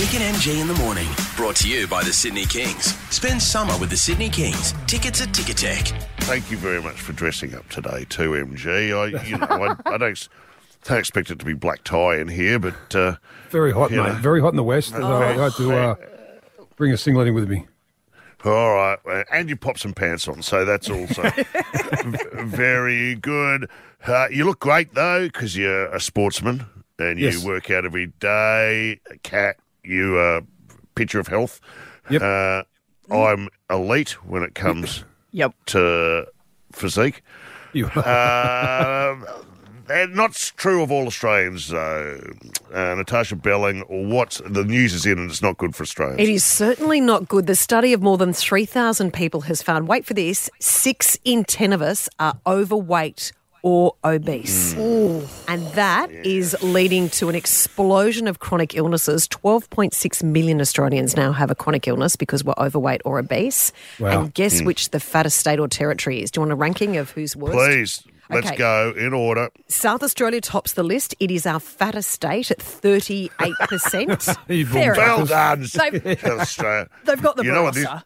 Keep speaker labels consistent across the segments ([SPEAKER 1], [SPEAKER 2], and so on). [SPEAKER 1] Nick and MG in the morning. Brought to you by the Sydney Kings. Spend summer with the Sydney Kings. Tickets at Ticketek.
[SPEAKER 2] Thank you very much for dressing up today, too, MG. I, you know, I, I don't, ex- don't expect it to be black tie in here, but uh,
[SPEAKER 3] Very hot,
[SPEAKER 2] Yeah.
[SPEAKER 3] mate. Very hot in the west. and, uh, I
[SPEAKER 2] Oh.
[SPEAKER 3] had to uh, bring a singlet in with me.
[SPEAKER 2] all right. Uh, And you pop some pants on, so that's also very good. Uh, you look great though, because you're a sportsman and you
[SPEAKER 3] Yes.
[SPEAKER 2] work out every day. Cat, you a picture of health.
[SPEAKER 3] Yep.
[SPEAKER 2] Uh, I'm elite when it comes
[SPEAKER 4] Yep.
[SPEAKER 2] to physique.
[SPEAKER 3] You-
[SPEAKER 2] Um, and not true of all Australians, though. Uh, Natasha Belling, what the news is in, and it's not good for Australians.
[SPEAKER 4] It is certainly not good. The study of more than 3,000 people has found, wait for this, six in 10 of us are overweight or
[SPEAKER 2] Mm.
[SPEAKER 4] obese. And that is leading to an explosion of chronic illnesses. 12.6 million Australians now have a chronic illness because we're overweight or obese.
[SPEAKER 3] Wow.
[SPEAKER 4] And guess
[SPEAKER 2] Hmm.
[SPEAKER 4] which the fattest state or territory is? Do you want a ranking of who's worst?
[SPEAKER 2] Please, let's
[SPEAKER 4] Okay.
[SPEAKER 2] go in order.
[SPEAKER 4] South Australia tops the list. It is our fattest state at 38%.
[SPEAKER 3] You
[SPEAKER 4] Fair
[SPEAKER 3] bull-
[SPEAKER 4] enough.
[SPEAKER 2] Well done,
[SPEAKER 4] They've-
[SPEAKER 2] Australia.
[SPEAKER 4] They've got the
[SPEAKER 2] You know what
[SPEAKER 4] barossa.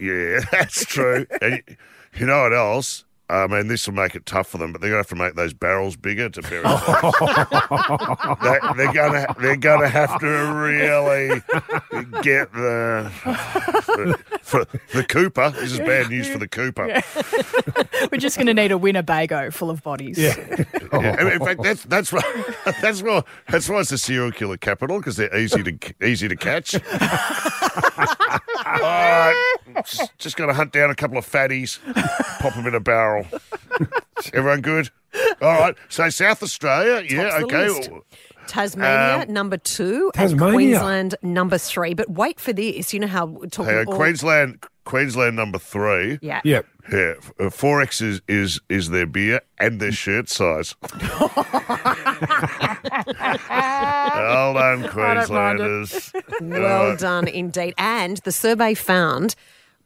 [SPEAKER 2] Yeah, that's true. and you, you know what else? I mean, this will make it tough for them, but they're going to have to make those barrels bigger to bury. they, they're going to they're going to have to really get the for, the Cooper. This is bad news for the Cooper.
[SPEAKER 5] We're just going to need a Winnebago full of bodies.
[SPEAKER 3] Yeah.
[SPEAKER 2] Yeah, and
[SPEAKER 4] Oh.
[SPEAKER 2] in fact, that's that's why that's why that's why it's the serial killer capital because they're easy to easy to catch. All right, just, just going to hunt down a couple of fatties, pop them in a barrel. Everyone good? All right. So South Australia, yeah,
[SPEAKER 4] Tops the
[SPEAKER 2] okay.
[SPEAKER 4] list. Tasmania, number two, and
[SPEAKER 3] Um, Tasmania.
[SPEAKER 4] Queensland, number three. But wait for this. You know how we're talking
[SPEAKER 3] uh,
[SPEAKER 2] Hey,
[SPEAKER 4] all-
[SPEAKER 2] Queensland, Queensland number three.
[SPEAKER 4] Yeah.
[SPEAKER 3] Yep.
[SPEAKER 2] Yeah, four X is, is is their beer and their shirt size. well done, Queenslanders.
[SPEAKER 4] Well done indeed. And the survey found,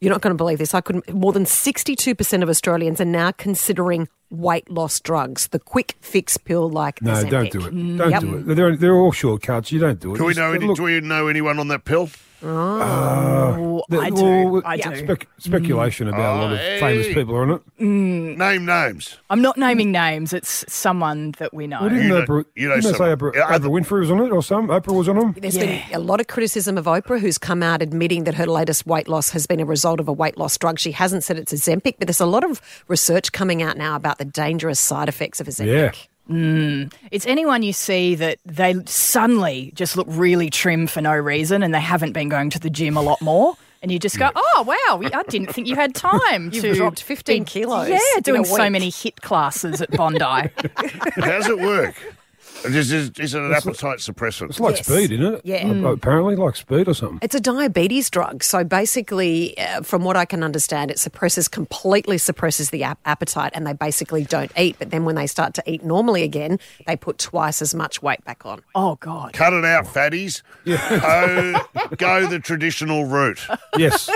[SPEAKER 4] you're not going to believe this, I couldn't, more than 62% of Australians are now considering weight loss drugs, the quick fix pill like
[SPEAKER 3] No, don't
[SPEAKER 4] Ozempic.
[SPEAKER 3] do
[SPEAKER 5] Mm.
[SPEAKER 3] it. Don't
[SPEAKER 4] Yep.
[SPEAKER 3] do it. They're, they're all shortcuts. You don't do it.
[SPEAKER 2] Do we
[SPEAKER 3] Just-
[SPEAKER 2] know any,
[SPEAKER 3] look,
[SPEAKER 2] Do we know anyone on that pill?
[SPEAKER 5] Oh,
[SPEAKER 3] the-
[SPEAKER 5] I do.
[SPEAKER 3] all-
[SPEAKER 5] I do.
[SPEAKER 3] spec- speculation about a lot of
[SPEAKER 2] Oh,
[SPEAKER 3] famous
[SPEAKER 2] hey.
[SPEAKER 3] people are on it. Mm.
[SPEAKER 2] Name names.
[SPEAKER 5] I'm not naming names. It's someone that we know.
[SPEAKER 3] Well, didn't
[SPEAKER 2] Oh, You know-
[SPEAKER 3] Oprah,
[SPEAKER 2] you know
[SPEAKER 3] didn't they say
[SPEAKER 2] someone.
[SPEAKER 3] Oprah,
[SPEAKER 2] Yeah, I-
[SPEAKER 3] Oprah Winfrey was on it or some? Oprah was on them?
[SPEAKER 4] There's been a lot of criticism of Oprah, who's come out admitting that her latest weight loss has been a result of a weight loss drug. She hasn't said it's Ozempic, but there's a lot of research coming out now about the dangerous side effects of Ozempic.
[SPEAKER 3] Yeah.
[SPEAKER 5] It's anyone you see that they suddenly just look really trim for no reason and they haven't been going to the gym a lot more. And you just go, oh, wow, we- I didn't think you had time
[SPEAKER 4] You've
[SPEAKER 5] to.
[SPEAKER 4] dropped 15 kilos in
[SPEAKER 5] Yeah,
[SPEAKER 4] a
[SPEAKER 5] doing so
[SPEAKER 4] week.
[SPEAKER 5] many hit classes at Bondi.
[SPEAKER 2] How does it work? Is, is, is it an appetite suppressant?
[SPEAKER 3] It's like
[SPEAKER 4] Yes.
[SPEAKER 3] speed, isn't it?
[SPEAKER 4] Yeah.
[SPEAKER 3] Ap-
[SPEAKER 5] Mm.
[SPEAKER 3] Apparently, like speed or something.
[SPEAKER 4] It's a diabetes drug. So basically, uh, from what I can understand, it suppresses completely suppresses the ap- appetite, and they basically don't eat. But then when they start to eat normally again, they put twice as much weight back on.
[SPEAKER 5] Oh, God.
[SPEAKER 2] Cut it out, fatties. Go, go the traditional route.
[SPEAKER 3] Yes.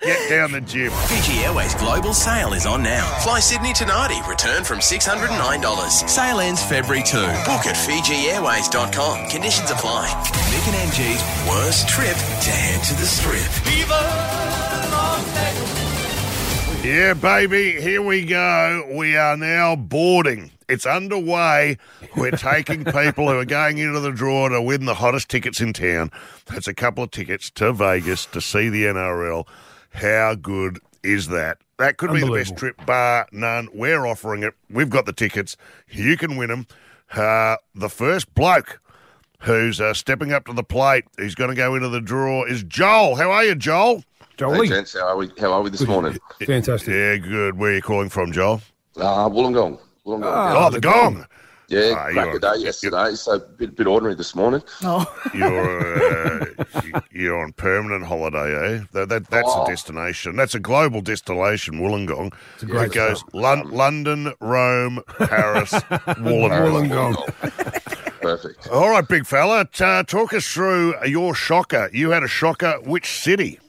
[SPEAKER 2] Get down the gym.
[SPEAKER 1] Fiji Airways Global Sale is on now. Fly Sydney to 90, return from $609. Sale ends February 2. Book at FijiAirways.com. Conditions apply. Nick and MG's worst trip to head to the strip.
[SPEAKER 2] Yeah, baby, here we go. We are now boarding. It's underway. We're taking people who are going into the draw to win the hottest tickets in town. That's a couple of tickets to Vegas to see the NRL. How good is that? That could be the best
[SPEAKER 3] Unbelievable.
[SPEAKER 2] trip, bar none. We're offering it. We've got the tickets. You can win them. Uh, the first bloke who's uh, stepping up to the plate, who's going to go into the draw, is Joel. How are you, Joel?
[SPEAKER 3] Jolie.
[SPEAKER 6] Hey, gents, how are we, how are we this morning?
[SPEAKER 3] Fantastic.
[SPEAKER 2] Yeah, good. Where are you calling from, Joel?
[SPEAKER 6] Uh, Wollongong. Wollongong.
[SPEAKER 2] Oh, the gong.
[SPEAKER 6] yeah,
[SPEAKER 2] ah,
[SPEAKER 6] yeah
[SPEAKER 2] you
[SPEAKER 6] cracker
[SPEAKER 2] are-
[SPEAKER 6] day yesterday, so a bit, bit ordinary this morning.
[SPEAKER 5] Oh,
[SPEAKER 2] You're uh, y- you're on permanent holiday, eh? That, that that's a
[SPEAKER 6] Oh.
[SPEAKER 2] destination. That's a global destination, Wollongong. It's a
[SPEAKER 3] great
[SPEAKER 2] it goes Lon- London, Rome, Paris, Wollongong.
[SPEAKER 6] Wollongong. Perfect.
[SPEAKER 2] All right, big fella, t- uh, talk us through your shocker. You had a shocker. Which city?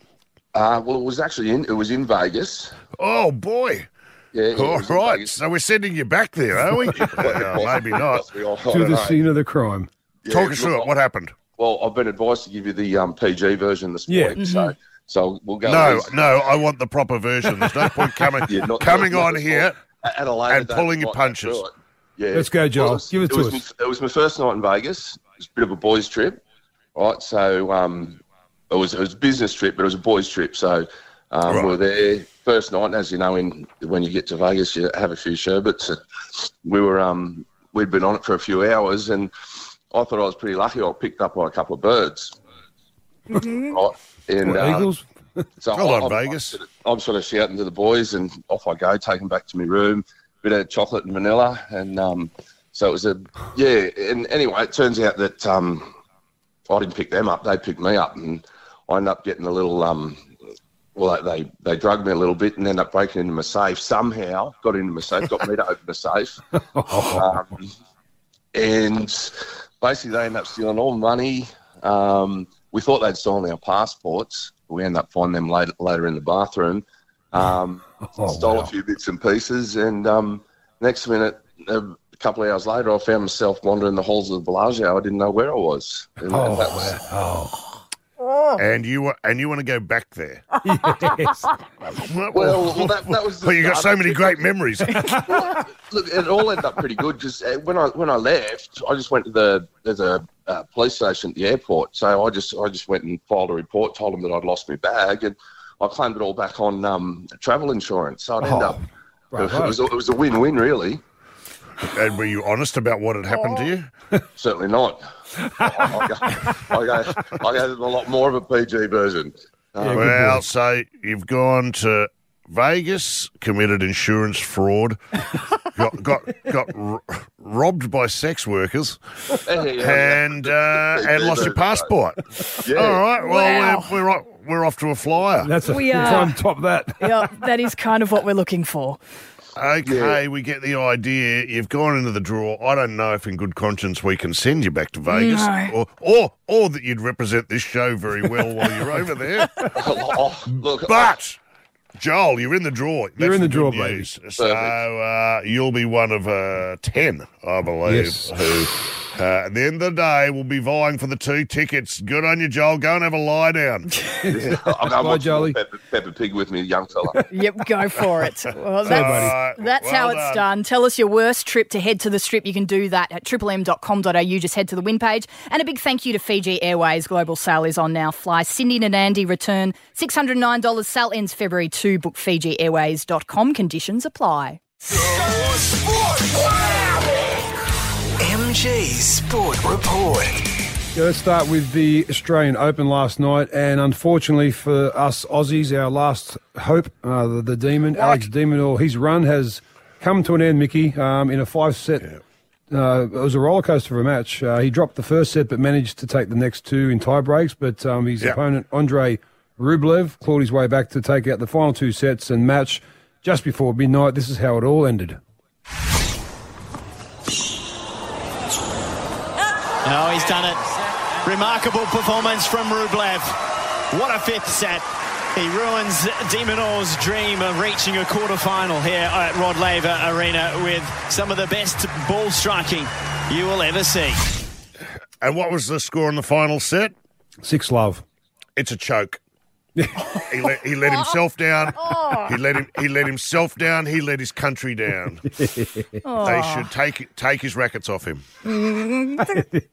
[SPEAKER 6] Uh, well, it was actually in it was in Vegas.
[SPEAKER 2] Oh boy!
[SPEAKER 6] Yeah, yeah,
[SPEAKER 2] All
[SPEAKER 6] it was in
[SPEAKER 2] right,
[SPEAKER 6] Vegas.
[SPEAKER 2] so we're sending you back there, are we? Well, maybe not.
[SPEAKER 6] Possibly, I- I
[SPEAKER 3] To
[SPEAKER 6] don't
[SPEAKER 3] the
[SPEAKER 6] know.
[SPEAKER 3] scene of the crime.
[SPEAKER 6] Yeah,
[SPEAKER 2] Talk us
[SPEAKER 6] look,
[SPEAKER 2] through it. What happened?
[SPEAKER 6] Well, I've been advised to give you the um, PG version this
[SPEAKER 3] Yeah.
[SPEAKER 6] morning, so so we'll go.
[SPEAKER 2] Mm-hmm. No,
[SPEAKER 6] with-
[SPEAKER 2] no, I want the proper version. There's no point coming
[SPEAKER 6] Yeah, not-
[SPEAKER 2] coming
[SPEAKER 6] not- not
[SPEAKER 2] on
[SPEAKER 6] this
[SPEAKER 2] here.
[SPEAKER 6] morning. A- at a later
[SPEAKER 2] and
[SPEAKER 6] date,
[SPEAKER 2] pulling
[SPEAKER 6] we
[SPEAKER 2] your
[SPEAKER 6] might go
[SPEAKER 2] punches.
[SPEAKER 6] through it. Yeah.
[SPEAKER 3] Let's go, Joel. Give it to
[SPEAKER 6] was,
[SPEAKER 3] us.
[SPEAKER 6] my- it was my first night in Vegas. It was a bit of a boys' trip, right? So um, it was it was a business trip, but it was a boys' trip. So um,
[SPEAKER 2] Right.
[SPEAKER 6] we were there first night, and as you know, in when you get to Vegas, you have a few sherbets. And we were um, we'd been on it for a few hours, and I thought I was pretty lucky. I picked up on a couple of birds. right? And
[SPEAKER 3] Mm-hmm. What,
[SPEAKER 6] uh,
[SPEAKER 3] Eagles?
[SPEAKER 6] so
[SPEAKER 2] Well
[SPEAKER 6] I-
[SPEAKER 2] done,
[SPEAKER 6] I'm-
[SPEAKER 2] Vegas.
[SPEAKER 6] I'm sort, of, I'm sort of shouting to the boys, and off I go, take them back to my room, bit of chocolate and vanilla, and um, so it was a yeah. And anyway, it turns out that um, I didn't pick them up; they picked me up, and I ended up getting a little um, well, they they drugged me a little bit, and ended up breaking into my safe somehow. Got into my safe, got me to open the safe,
[SPEAKER 3] Oh,
[SPEAKER 6] um, and basically they ended up stealing all the money. Um, we thought they'd stolen our passports. We ended up finding them later, later in the bathroom. Um,
[SPEAKER 3] Oh,
[SPEAKER 6] stole
[SPEAKER 3] wow.
[SPEAKER 6] a few bits and pieces, and um, next minute, a couple of hours later, I found myself wandering the halls of the Bellagio. I didn't know where I was. And that-
[SPEAKER 3] Oh,
[SPEAKER 6] that was-
[SPEAKER 3] oh,
[SPEAKER 2] And you wa- and you want to go back there?
[SPEAKER 3] yes.
[SPEAKER 2] Well,
[SPEAKER 6] well, well, that, that was. the
[SPEAKER 2] you got so
[SPEAKER 6] start.
[SPEAKER 2] many great memories.
[SPEAKER 6] Look, it all ended up pretty good because when I when I left, I just went to the there's a uh, police station at the airport, so I just I just went and filed a report, told them that I'd lost my bag, and I claimed it all back on um, travel insurance. So I'd end
[SPEAKER 3] Oh,
[SPEAKER 6] up.
[SPEAKER 3] bravo.
[SPEAKER 6] It was, it was a win-win, really.
[SPEAKER 2] and were you honest about what had happened
[SPEAKER 6] Oh.
[SPEAKER 2] to you?
[SPEAKER 6] Certainly not. I, I, go, I, go, I go to a lot more of a PG version. Uh,
[SPEAKER 3] Yeah, good
[SPEAKER 2] Well,
[SPEAKER 3] boy.
[SPEAKER 2] so you've gone to Vegas, committed insurance fraud, got got got r- robbed by sex workers, and uh, and lost your passport.
[SPEAKER 6] Yeah.
[SPEAKER 2] All right, well
[SPEAKER 5] Wow.
[SPEAKER 2] we're we're off, we're off to a flyer.
[SPEAKER 3] That's a
[SPEAKER 5] We
[SPEAKER 3] we
[SPEAKER 5] are-
[SPEAKER 3] try and top that.
[SPEAKER 5] yeah, that is kind of what we're looking for.
[SPEAKER 2] Okay, we get the idea. You've gone into the draw. I don't know if, in good conscience, we can send you back to Vegas,
[SPEAKER 5] No.
[SPEAKER 2] or, or or that you'd represent this show very well while you're over there.
[SPEAKER 6] Oh, look,
[SPEAKER 2] But Joel, you're in the draw. That's
[SPEAKER 3] You're in the draw,
[SPEAKER 2] good
[SPEAKER 3] baby.
[SPEAKER 2] news. So uh, you'll be one of uh, ten, I believe.
[SPEAKER 3] Yes.
[SPEAKER 2] Who, uh, at the end of the day, will be vying for the two tickets. Good on you, Joel. Go and have a lie down.
[SPEAKER 6] I'm, I'm
[SPEAKER 3] Bye,
[SPEAKER 6] watching
[SPEAKER 3] Jolly.
[SPEAKER 6] Peppa, Peppa Pig with me, young fella.
[SPEAKER 5] Yep, go for it. Well, that's,
[SPEAKER 2] buddy.
[SPEAKER 5] that's how
[SPEAKER 2] Well
[SPEAKER 5] it's
[SPEAKER 2] done.
[SPEAKER 5] done. Tell us your worst trip to head to the strip. You can do that at triplem.com.au. Just head to the win page. And a big thank you to Fiji Airways. Global sale is on now. Fly Sydney and Andy return $609. Sale ends February 2. Book FijiAirways.com. Conditions apply.
[SPEAKER 1] MG Sport Report.
[SPEAKER 3] Yeah, let's start with the Australian Open last night, and unfortunately for us Aussies, our last hope, uh, the, the Demon, Alex Demonor, his run has come to an end. Mickey, um, in a five-set, uh, it was a roller coaster of a match. Uh, he dropped the first set, but managed to take the next two in tie breaks. But um, his
[SPEAKER 2] Yeah.
[SPEAKER 3] opponent Andre Rublev clawed his way back to take out the final two sets and match just before midnight. This is how it all ended.
[SPEAKER 7] No, he's done it. Remarkable performance from Rublev. What a fifth set. He ruins Demonor's dream of reaching a quarterfinal here at Rod Laver Arena with some of the best ball striking you will ever see.
[SPEAKER 2] And what was the score in the final set?
[SPEAKER 3] Six love.
[SPEAKER 2] It's a choke. he, let, he let himself down. He let him. He let himself down. He let his country down. they should take take his rackets off him.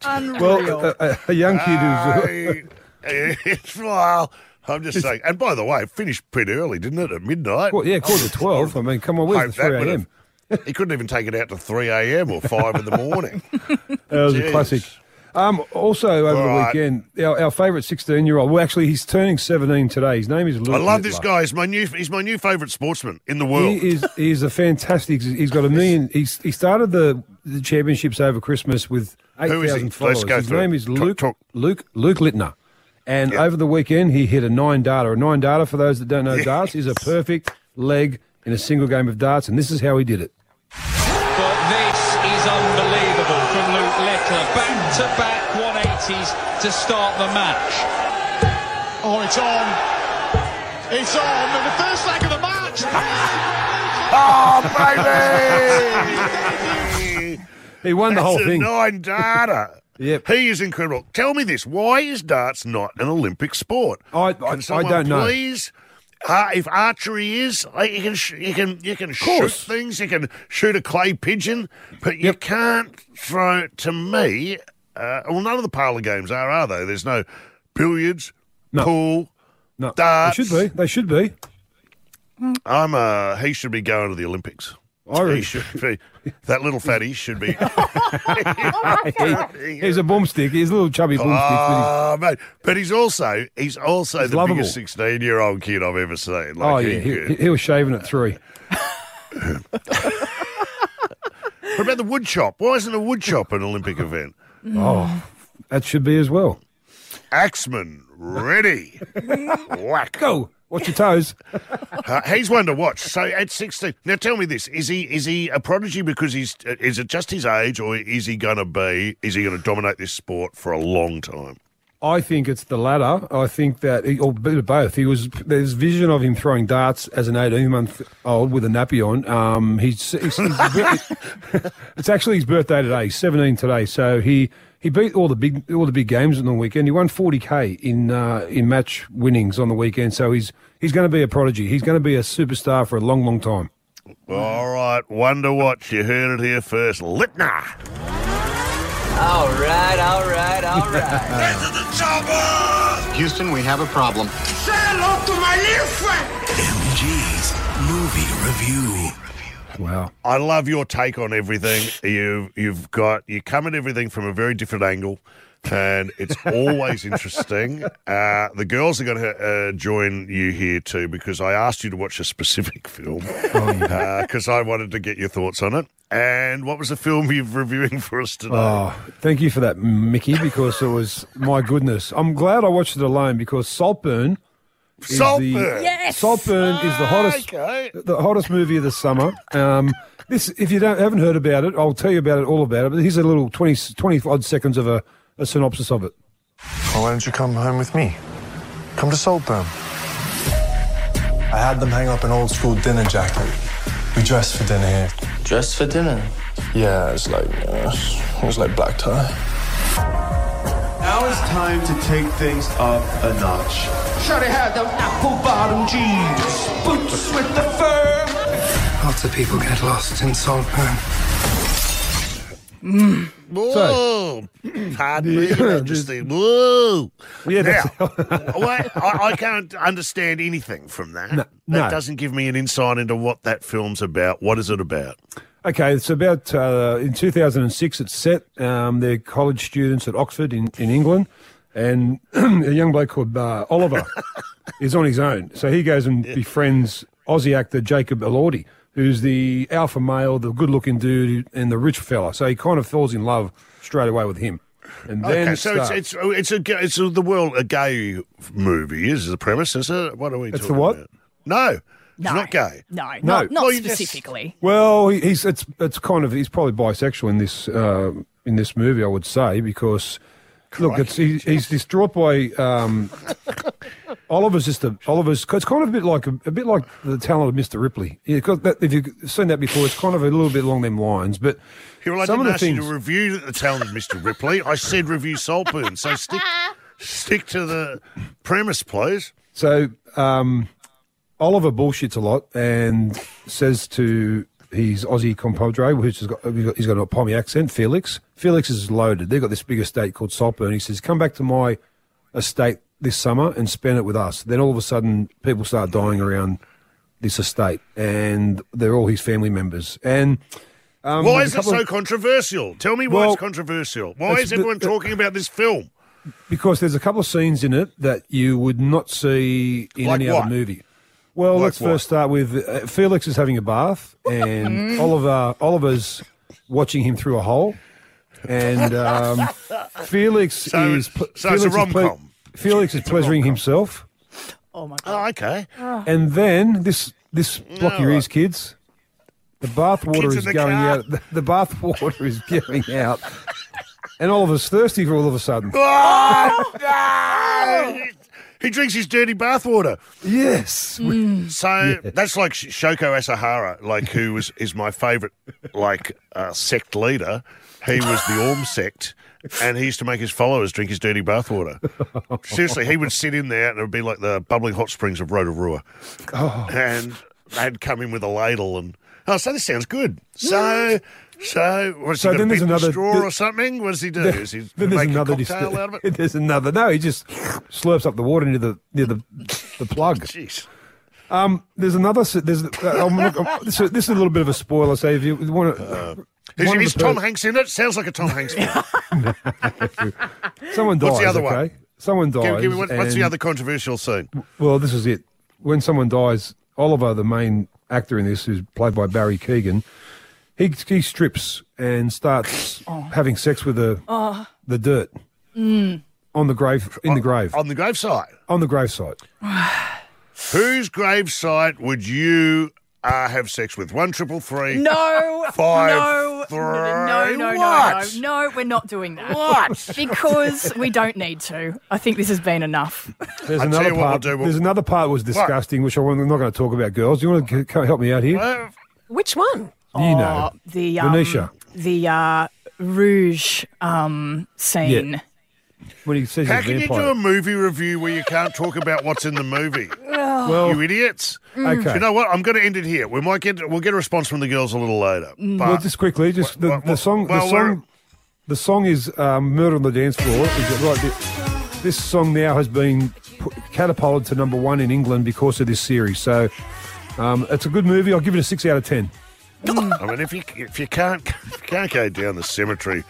[SPEAKER 3] Well, a, a, a young kid who's.
[SPEAKER 2] I- it's- well, I'm just saying. And by the way, it finished pretty early, didn't it? At midnight.
[SPEAKER 3] Well, yeah, quarter to 12. I mean, come on,
[SPEAKER 2] Hope
[SPEAKER 3] where's the
[SPEAKER 2] Oh, that
[SPEAKER 3] 3
[SPEAKER 2] would
[SPEAKER 3] a.m.?
[SPEAKER 2] have- He couldn't even take it out to 3 a.m. or 5 in the morning.
[SPEAKER 3] That was a
[SPEAKER 2] Jeez.
[SPEAKER 3] classic. Um, also, over
[SPEAKER 2] All right.
[SPEAKER 3] the weekend, our, our favourite 16 year old, well, actually, he's turning 17 today. His name is Luke
[SPEAKER 2] I love this
[SPEAKER 3] Littler.
[SPEAKER 2] guy. He's my new he's my new favourite sportsman in the world.
[SPEAKER 3] He is he is a fantastic. He's got a million. He's, he started the, the championships over Christmas with eight
[SPEAKER 2] Who is he?
[SPEAKER 3] thousand followers.
[SPEAKER 2] Let's go
[SPEAKER 3] His
[SPEAKER 2] through
[SPEAKER 3] name
[SPEAKER 2] it.
[SPEAKER 3] is
[SPEAKER 2] Talk-
[SPEAKER 3] Luke
[SPEAKER 2] talk.
[SPEAKER 3] Luke Luke Littner, and over the weekend he hit a nine data. A nine data for those that don't know darts is a perfect leg in a single game of darts, and this is how he did it.
[SPEAKER 8] But this is unbelievable from Luke Littler. Back to back 180s to start the match.
[SPEAKER 9] Oh, it's on. It's on. And the first leg of the match.
[SPEAKER 2] oh, baby!
[SPEAKER 3] He won the
[SPEAKER 2] That's
[SPEAKER 3] whole
[SPEAKER 2] a
[SPEAKER 3] thing.
[SPEAKER 2] nine data.
[SPEAKER 3] Yep.
[SPEAKER 2] He is incredible. Tell me this: Why is darts not an Olympic sport?
[SPEAKER 3] I- I-
[SPEAKER 2] Can
[SPEAKER 3] I
[SPEAKER 2] someone
[SPEAKER 3] don't know.
[SPEAKER 2] Please, uh, if archery is, like, you can sh- you can you can shoot
[SPEAKER 3] course.
[SPEAKER 2] things, you can shoot a clay pigeon, but you can't throw. To me, uh, well, none of the parlour games are, are they? There's no billiards, pool.
[SPEAKER 3] No,
[SPEAKER 2] Darts.
[SPEAKER 3] they should be. They should be.
[SPEAKER 2] I'm uh he should be going to the Olympics.
[SPEAKER 3] I really-
[SPEAKER 2] He should be. That little fatty should be.
[SPEAKER 3] He- he's a boomstick. He's a little chubby boomstick.
[SPEAKER 2] Oh, mate. But he's also he's also
[SPEAKER 3] He's
[SPEAKER 2] the
[SPEAKER 3] lovable.
[SPEAKER 2] biggest sixteen year old kid I've ever seen.
[SPEAKER 3] oh
[SPEAKER 2] Like
[SPEAKER 3] yeah,
[SPEAKER 2] he,
[SPEAKER 3] he, he was shaving at three.
[SPEAKER 2] What about the wood chop? Why isn't a wood chop an Olympic event?
[SPEAKER 3] Oh, that should be as well.
[SPEAKER 2] Axeman, ready. Whack.
[SPEAKER 3] Go. Watch your toes.
[SPEAKER 2] Uh, he's one to watch. So at sixteen, now tell me this: is he is he a prodigy because he's uh, is it just his age, or is he going to be is he going to dominate this sport for a long time?
[SPEAKER 3] I think it's the latter. I think that, he, or a bit of both. He was there's vision of him throwing darts as an 18 month old with a nappy on. Um, he's, he's- he's- it's actually his birthday today. He's 17 today, so he he beat all the big all the big games on the weekend. He won 40k in uh, in match winnings on the weekend. So he's he's going to be a prodigy. He's going to be a superstar for a long, long time.
[SPEAKER 2] All right, one to watch. You heard it here first. Lipner.
[SPEAKER 10] All right, all right, all right.
[SPEAKER 9] Houston, we have a problem.
[SPEAKER 1] MG's movie review.
[SPEAKER 3] Wow.
[SPEAKER 2] I love your take on everything. You you've got you come at everything from a very different angle, and it's always interesting. Uh, the girls are going to uh, join you here too because I asked you to watch a specific film because I wanted to get your thoughts on it. And what was the film you're reviewing for us today?
[SPEAKER 3] Oh, thank you for that, Mickey, because it was my goodness. I'm glad I watched it alone because Saltburn. is the-
[SPEAKER 2] Saltburn.
[SPEAKER 3] Saltburn is the hottest,
[SPEAKER 2] Okay.
[SPEAKER 3] the hottest movie of the summer. Um, this, if you don't haven't heard about it, I'll tell you about it all about it. But here's a little 20, 20 odd seconds of a, a synopsis of it.
[SPEAKER 11] Why don't you come home with me? Come to Saltburn. I had them hang up an old school dinner jacket. We dressed for dinner here.
[SPEAKER 10] Dressed for dinner.
[SPEAKER 11] Yeah, it's like uh, it was like black tie. Now it's time to take things up a notch.
[SPEAKER 9] Shawty had them apple bottom jeans, boots with the fur.
[SPEAKER 10] Lots of people get lost in Saltburn.
[SPEAKER 2] Whoa! Pardon me, Your Majesty. Whoa!
[SPEAKER 3] Yeah,
[SPEAKER 2] now,
[SPEAKER 3] that's-
[SPEAKER 2] why- I, I can't understand anything from that. that
[SPEAKER 3] no.
[SPEAKER 2] doesn't give me an insight into what that film's about. What is it about?
[SPEAKER 3] Okay, it's about uh, in 2006. It's set. Um, they're college students at Oxford in, in England, and a young bloke called uh, Oliver is on his own. So he goes and befriends Aussie actor Jacob Elordi, who's the alpha male, the good-looking dude, and the rich fella. So he kind of falls in love straight away with him. And then
[SPEAKER 2] okay,
[SPEAKER 3] it
[SPEAKER 2] so it's
[SPEAKER 3] starts.
[SPEAKER 2] it's it's a ga- it's a, the world a gay movie is the premise, is it? What are we?
[SPEAKER 3] It's the
[SPEAKER 2] talking
[SPEAKER 3] what?
[SPEAKER 2] About? No,
[SPEAKER 5] No.
[SPEAKER 2] it's not gay.
[SPEAKER 5] No, not,
[SPEAKER 3] No.
[SPEAKER 5] not
[SPEAKER 2] Well, you just-
[SPEAKER 5] specifically.
[SPEAKER 3] Well, he- he's it's it's kind of he's probably bisexual in this uh, in this movie, I would say, because look, it's he, he's distraught by um, Oliver's just a Oliver's. It's kind of a bit like a, a bit like the talent of Mister Ripley. Yeah, 'cause that, if you've seen that before, it's kind of a little bit along them lines. But
[SPEAKER 2] Here, well, I
[SPEAKER 3] some of
[SPEAKER 2] didn't
[SPEAKER 3] the
[SPEAKER 2] ask you
[SPEAKER 3] things,
[SPEAKER 2] to review the talent of Mr. Ripley. I said review Saltburn. So stick stick to the premise, please.
[SPEAKER 3] so um, Oliver bullshits a lot and says to his Aussie compadre, who's just got, who's got- he's got a pommy accent, Felix. Felix is loaded. They've got this big estate called Saltburn. He says, come back to my estate this summer and spend it with us. Then all of a sudden, people start dying around this estate and they're all his family members. And um,
[SPEAKER 2] Why
[SPEAKER 3] there's
[SPEAKER 2] is it
[SPEAKER 3] a couple
[SPEAKER 2] so
[SPEAKER 3] of-
[SPEAKER 2] controversial? Tell me why
[SPEAKER 3] Well,
[SPEAKER 2] it's controversial. Why
[SPEAKER 3] it's
[SPEAKER 2] is
[SPEAKER 3] the-
[SPEAKER 2] everyone
[SPEAKER 3] the-
[SPEAKER 2] talking about this film?
[SPEAKER 3] Because there's a couple of scenes in it that you would not see in
[SPEAKER 2] Like
[SPEAKER 3] any
[SPEAKER 2] what?
[SPEAKER 3] other movie. Well,
[SPEAKER 2] Like
[SPEAKER 3] let's
[SPEAKER 2] what?
[SPEAKER 3] first start with uh, Felix is having a bath, and Oliver Oliver's watching him through a hole, and um, Felix
[SPEAKER 2] So-
[SPEAKER 3] is pl-
[SPEAKER 2] so it's a
[SPEAKER 3] Felix is ple-
[SPEAKER 2] rom-com.
[SPEAKER 3] Felix is pleasuring himself,
[SPEAKER 2] Oh, okay.
[SPEAKER 3] and then this this block your ears, kids. The bath water
[SPEAKER 2] Kids in
[SPEAKER 3] is
[SPEAKER 2] the
[SPEAKER 3] going
[SPEAKER 2] car.
[SPEAKER 3] out. The, the bath water is going out, and Oliver's thirsty for all of a sudden.
[SPEAKER 2] He drinks his dirty bathwater.
[SPEAKER 3] Yes,
[SPEAKER 2] So that's like Sh- Shoko Asahara, like who was is my favourite, like uh, sect leader. He was the Orm sect, and he used to make his followers drink his dirty bathwater. Seriously, he would sit in there and it would be like the bubbling hot springs of Rotorua.
[SPEAKER 3] Oh.
[SPEAKER 2] And they'd come in with a ladle and, oh, so this sounds good. So, so, was
[SPEAKER 3] So
[SPEAKER 2] he
[SPEAKER 3] then
[SPEAKER 2] going to
[SPEAKER 3] there's
[SPEAKER 2] beat
[SPEAKER 3] another-
[SPEAKER 2] the straw
[SPEAKER 3] th-
[SPEAKER 2] or something? What does he do?
[SPEAKER 3] Then-
[SPEAKER 2] Is he
[SPEAKER 3] then
[SPEAKER 2] make a
[SPEAKER 3] dis-
[SPEAKER 2] cocktail out of it?
[SPEAKER 3] There's another. No, he just slurps up the water near the near the the plug.
[SPEAKER 2] Jeez.
[SPEAKER 3] Um, there's another. s- There's. Uh, I'm, I'm, this, is, this is a little bit of a spoiler. So if you want to,
[SPEAKER 2] Is, is Uh, Tom Hanks in it? Sounds like a Tom Hanks film.
[SPEAKER 3] someone dies.
[SPEAKER 2] What's the other
[SPEAKER 3] okay?
[SPEAKER 2] one?
[SPEAKER 3] Someone
[SPEAKER 2] Give-
[SPEAKER 3] dies.
[SPEAKER 2] give me what- what's the
[SPEAKER 3] and-
[SPEAKER 2] other controversial scene?
[SPEAKER 3] Well, this is it. When someone dies, Oliver, the main actor in this, who's played by Barry Keegan, he, he strips and starts having sex with the
[SPEAKER 5] Oh.
[SPEAKER 3] the dirt
[SPEAKER 5] Mm.
[SPEAKER 3] on the grave in the
[SPEAKER 2] Oh,
[SPEAKER 3] grave
[SPEAKER 2] on the gravesite.
[SPEAKER 3] On the gravesite.
[SPEAKER 2] Whose gravesite would you uh, have sex with? One triple three.
[SPEAKER 5] No,
[SPEAKER 2] Five.
[SPEAKER 5] no,
[SPEAKER 2] three.
[SPEAKER 5] no, no,
[SPEAKER 2] what?
[SPEAKER 5] no, no, no, we're not doing that.
[SPEAKER 2] What?
[SPEAKER 5] Because we don't need to. I think this has been enough.
[SPEAKER 3] There's
[SPEAKER 2] I'll tell
[SPEAKER 3] another
[SPEAKER 2] you what we'll
[SPEAKER 3] part.
[SPEAKER 2] do, we'll-
[SPEAKER 3] there's another part was disgusting, which I won't- I'm not going to talk about. Girls, do you want to help me out here?
[SPEAKER 2] Uh,
[SPEAKER 4] Which one?
[SPEAKER 3] You know,
[SPEAKER 5] Oh, the um,
[SPEAKER 3] Venetia.
[SPEAKER 5] the uh, rouge um, scene.
[SPEAKER 3] Yeah. When he says
[SPEAKER 2] How
[SPEAKER 3] he's a
[SPEAKER 2] can you do
[SPEAKER 3] vampire.
[SPEAKER 2] a movie review where you can't talk about what's in the movie?
[SPEAKER 5] Well-
[SPEAKER 2] you idiots.
[SPEAKER 3] Mm. Okay.
[SPEAKER 2] You know what? I'm going to end it here. We might get we'll get a response from the girls a little later.
[SPEAKER 3] Mm.
[SPEAKER 2] But
[SPEAKER 3] well, just quickly, just the, the song.
[SPEAKER 2] well,
[SPEAKER 3] the
[SPEAKER 2] we're-
[SPEAKER 3] song. The song is um, "Murder on the Dance Floor." Is it right? This- This song now has been pu- catapulted to number one in England because of this series. So um, it's a good movie. I'll give it a six out of ten.
[SPEAKER 2] I mean, if you if you can't if you can't go down the cemetery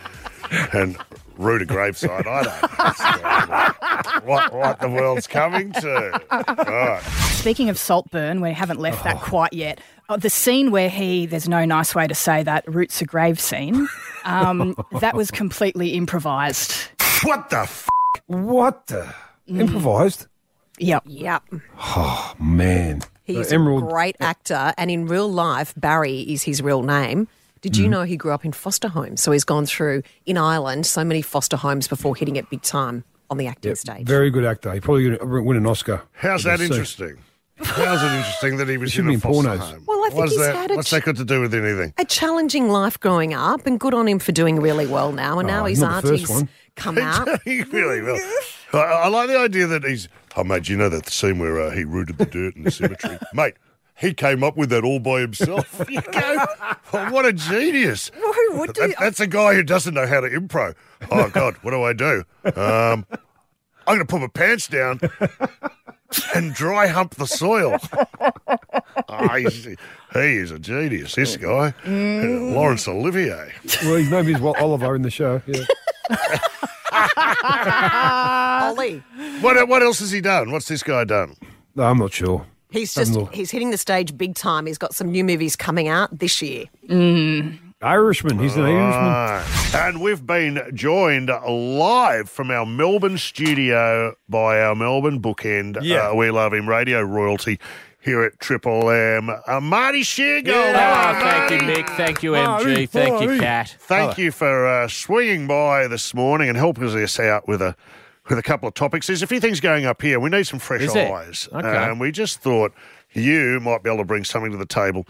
[SPEAKER 2] and root a gravesite, I don't. know what what the world's coming to. All right.
[SPEAKER 5] Speaking of Saltburn, we haven't left
[SPEAKER 2] Oh.
[SPEAKER 5] that quite yet. Uh, the scene where he, there's no nice way to say that, roots a grave scene, um, that was completely improvised.
[SPEAKER 2] What the f?
[SPEAKER 3] What the? Improvised?
[SPEAKER 5] Yep.
[SPEAKER 4] Yep.
[SPEAKER 3] Oh man,
[SPEAKER 2] Uh,
[SPEAKER 4] He's
[SPEAKER 3] The
[SPEAKER 4] a great actor, and in real life, Barry is his real name. Did you
[SPEAKER 2] Mm-hmm.
[SPEAKER 3] Mhm.
[SPEAKER 4] know he grew up in foster homes? So he's gone through in Ireland so many foster homes before hitting it big time on the acting
[SPEAKER 3] Yep,
[SPEAKER 4] stage.
[SPEAKER 3] Very good actor. He probably going to win an Oscar. uh,
[SPEAKER 2] How's that
[SPEAKER 3] I'd say.
[SPEAKER 2] interesting? How's it interesting that he was
[SPEAKER 3] should
[SPEAKER 2] in
[SPEAKER 3] be
[SPEAKER 2] a
[SPEAKER 3] in
[SPEAKER 2] foster
[SPEAKER 3] pornos.
[SPEAKER 2] home?
[SPEAKER 4] Well, I think
[SPEAKER 2] What's
[SPEAKER 4] he's
[SPEAKER 2] that,
[SPEAKER 4] had a
[SPEAKER 2] What's that got to do with anything?
[SPEAKER 4] A challenging life growing up, and good on him for doing really well now. And now
[SPEAKER 2] Oh,
[SPEAKER 4] his
[SPEAKER 2] not the first
[SPEAKER 4] auntie's
[SPEAKER 2] one.
[SPEAKER 4] come out.
[SPEAKER 2] he really will. I, I like the idea that he's. Oh, mate, you know that scene where uh, he rooted the dirt in the cemetery, mate. He came up with that all by himself. You go, oh, what a genius!
[SPEAKER 4] Well, who would do?
[SPEAKER 2] That, that's a guy who doesn't know how to improv. Oh God, what do I do? Um, I'm going to put my pants down and dry hump the soil. Ah, he's- he is a genius, this guy,
[SPEAKER 3] Mm.
[SPEAKER 2] Laurence Olivier.
[SPEAKER 3] Well, his name is well, Oliver in the show. Yeah.
[SPEAKER 4] Ollie.
[SPEAKER 2] What, what else has he done? What's this guy done?
[SPEAKER 3] No, I'm not sure.
[SPEAKER 4] He's just
[SPEAKER 3] Doesn't look-
[SPEAKER 4] he's hitting the stage big time. He's got some new movies coming out this year.
[SPEAKER 3] Irishman. He's an
[SPEAKER 2] Ah,
[SPEAKER 3] Irishman.
[SPEAKER 2] Right. Uh, And we've been joined live from our Melbourne studio by our Melbourne bookend.
[SPEAKER 12] Yeah.
[SPEAKER 2] Uh, we love him, radio royalty here at Triple M. Uh, Marty Sheargold.
[SPEAKER 12] Yeah.
[SPEAKER 2] Hello,
[SPEAKER 12] Ah, Thank
[SPEAKER 2] Marty.
[SPEAKER 12] you, Nick. Thank you, MG. Thank you, Cat.
[SPEAKER 2] Thank you for uh, swinging by this morning and helping us out with a with a couple of topics. There's a few things going up here. We need some fresh
[SPEAKER 12] Is there?
[SPEAKER 2] eyes,
[SPEAKER 12] Okay.
[SPEAKER 2] and we just thought you might be able to bring something to the table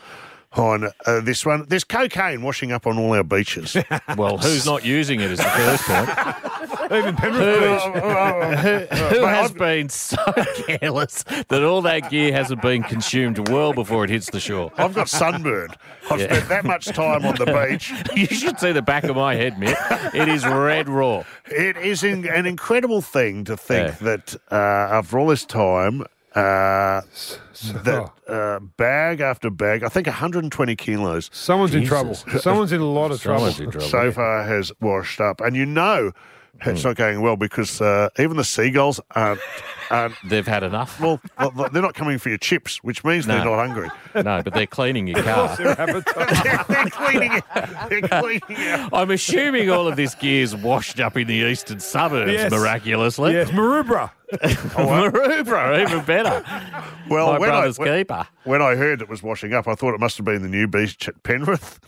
[SPEAKER 2] on uh, this one. There's cocaine washing up on all our beaches.
[SPEAKER 12] Well, who's not using it is the first point.
[SPEAKER 3] Even
[SPEAKER 2] Oh,
[SPEAKER 12] Who, who has been so careless that all that gear hasn't been consumed well before it hits the shore?
[SPEAKER 2] I've got sunburned. I've
[SPEAKER 12] Yeah.
[SPEAKER 2] spent that much time on the beach.
[SPEAKER 12] you should see the back of my head, Mick. It is red raw.
[SPEAKER 2] It is in, an incredible thing to think that uh, after all this time, uh, that uh, bag after bag, I think 120 kilos.
[SPEAKER 3] Someone's in trouble. Someone's in a lot of trouble.
[SPEAKER 2] So far has washed up, and you know
[SPEAKER 12] Hmm.
[SPEAKER 2] it's not going well because uh, even the seagulls aren't. aren't
[SPEAKER 12] They've had enough.
[SPEAKER 2] Well, well, they're not coming for your chips, which means they're
[SPEAKER 12] No.
[SPEAKER 2] not hungry.
[SPEAKER 12] No, but they're cleaning your car.
[SPEAKER 2] they're cleaning it. They're cleaning it.
[SPEAKER 12] I'm assuming all of this gear's washed up in the eastern suburbs
[SPEAKER 2] Yes.
[SPEAKER 12] miraculously.
[SPEAKER 2] Yes,
[SPEAKER 3] Maroubra.
[SPEAKER 12] Maroubra, even better.
[SPEAKER 2] Well,
[SPEAKER 12] My
[SPEAKER 2] Oh, when
[SPEAKER 12] brother's
[SPEAKER 2] I, when-
[SPEAKER 12] keeper.
[SPEAKER 2] When I heard it was washing up, I thought it must have been the new beach at Penrith.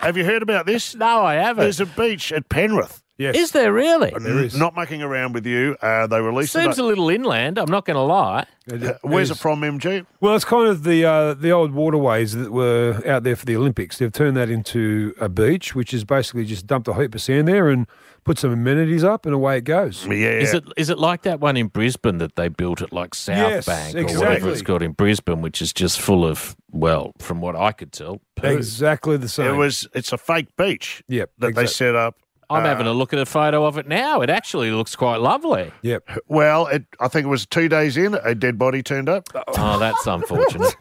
[SPEAKER 2] have you heard about this?
[SPEAKER 12] No, I haven't.
[SPEAKER 2] There's a beach at Penrith. Yes.
[SPEAKER 13] Is there really?
[SPEAKER 2] There is. Not mucking around with you. Uh, they released
[SPEAKER 13] Seems a
[SPEAKER 2] it.
[SPEAKER 13] little inland. I'm not going to lie.
[SPEAKER 2] Uh, where's it from, MG?
[SPEAKER 3] Well, it's kind of the uh, the old waterways that were out there for the Olympics. They've turned that into a beach, which is basically just dumped a heap of sand there and put some amenities up, and away it goes.
[SPEAKER 13] Is it is it like that one in Brisbane that they built at like South
[SPEAKER 3] Yes,
[SPEAKER 13] Bank or whatever
[SPEAKER 3] exactly.
[SPEAKER 13] it's called in Brisbane, which is just full of well, from what I could tell, poo.
[SPEAKER 3] exactly the same?
[SPEAKER 2] It was. It's a fake beach.
[SPEAKER 3] Yep,
[SPEAKER 2] That they
[SPEAKER 13] exact-
[SPEAKER 2] set up.
[SPEAKER 13] I'm
[SPEAKER 2] uh,
[SPEAKER 13] having a look at a photo of it now. It actually looks quite lovely.
[SPEAKER 3] Yep.
[SPEAKER 2] Well, it, I think it was two days in. A dead body turned up.
[SPEAKER 13] Oh, that's unfortunate.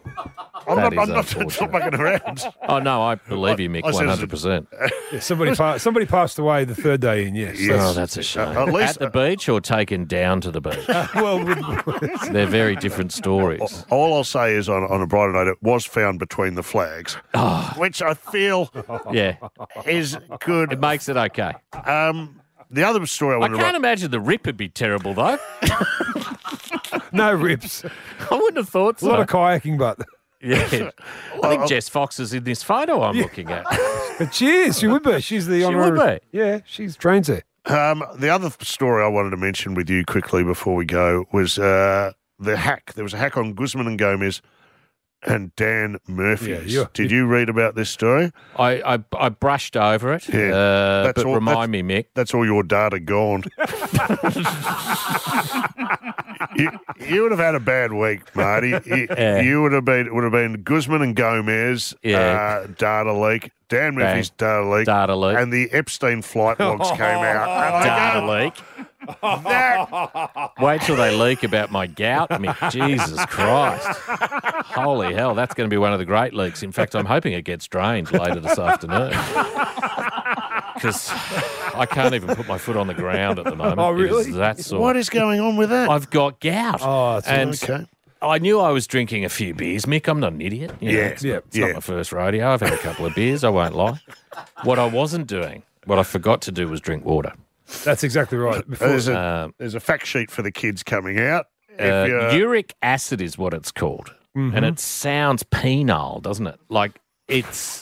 [SPEAKER 2] I'm not.
[SPEAKER 13] That is
[SPEAKER 2] I'm not,
[SPEAKER 13] unfortunate.
[SPEAKER 2] not mucking around.
[SPEAKER 13] Oh no, I believe you, Mick,
[SPEAKER 2] I said
[SPEAKER 13] one
[SPEAKER 2] it's a-
[SPEAKER 13] hundred percent.
[SPEAKER 3] Yeah, somebody pa- somebody passed away the third day in. Yes.
[SPEAKER 13] Oh, that's a shame.
[SPEAKER 2] at least-
[SPEAKER 13] at the beach or taken down to the beach.
[SPEAKER 3] well,
[SPEAKER 13] They're very different stories.
[SPEAKER 2] All I'll say is, on, on a brighter note, it was found between the flags, which I feel
[SPEAKER 13] Yeah,
[SPEAKER 2] is good.
[SPEAKER 13] it makes it okay.
[SPEAKER 2] Um, the other story I
[SPEAKER 13] I
[SPEAKER 2] wanted
[SPEAKER 13] can't
[SPEAKER 2] to
[SPEAKER 13] imagine the rip would be terrible though.
[SPEAKER 3] no rips. A
[SPEAKER 13] I wouldn't have thought so.
[SPEAKER 3] lot of kayaking, but
[SPEAKER 13] Yeah. I think Jess Fox is in this photo I'm looking at.
[SPEAKER 3] but she is. She would be. She's the
[SPEAKER 13] would
[SPEAKER 3] honorary.
[SPEAKER 13] be.
[SPEAKER 3] Yeah, she's trains there.
[SPEAKER 2] um, the other story I wanted to mention with you quickly before we go was uh, the hack. There was a hack on Guzman and Gomez and Dan Murphy's.
[SPEAKER 3] Yeah, you-
[SPEAKER 2] Did you read about this story?
[SPEAKER 13] I, I, I brushed over it,
[SPEAKER 2] Yeah,
[SPEAKER 13] uh,
[SPEAKER 2] that's
[SPEAKER 13] but
[SPEAKER 2] all-
[SPEAKER 13] remind me, Mick.
[SPEAKER 2] That's all your data gone. you, you would have had a bad week, Marty. You,
[SPEAKER 13] Yeah.
[SPEAKER 2] you would have been it would have been Guzman and Gomez
[SPEAKER 13] Yeah.
[SPEAKER 2] uh, data leak, Dan
[SPEAKER 13] Bang.
[SPEAKER 2] Murphy's data leak,
[SPEAKER 13] Data leak.
[SPEAKER 2] and the Epstein flight logs came out. And I
[SPEAKER 13] Data
[SPEAKER 2] go,
[SPEAKER 13] leak. Wait till they leak about my gout, Mick. Jesus Christ. Holy hell, that's going to be one of the great leaks. In fact, I'm hoping it gets drained later this afternoon. Because I can't even put my foot on the ground at the moment.
[SPEAKER 3] Oh,
[SPEAKER 13] It is
[SPEAKER 3] really?
[SPEAKER 13] That sort.
[SPEAKER 2] What is going on with that?
[SPEAKER 13] I've got gout.
[SPEAKER 3] Oh, that's
[SPEAKER 13] and
[SPEAKER 2] okay.
[SPEAKER 13] I knew I was drinking a few beers, Mick. I'm not an idiot. You know,
[SPEAKER 2] Yeah,
[SPEAKER 13] it's, not-
[SPEAKER 3] yeah,
[SPEAKER 13] it's not
[SPEAKER 2] yeah.
[SPEAKER 13] my first rodeo. I've had a couple of beers. I won't lie. What I wasn't doing, what I forgot to do, was drink water.
[SPEAKER 3] That's exactly right. Before,
[SPEAKER 2] There's a there's a fact sheet for the kids coming out.
[SPEAKER 13] Um, Uh,
[SPEAKER 2] If you're- Mm-hmm.
[SPEAKER 13] uric acid is what it's called, and it sounds penile, doesn't it? Like it's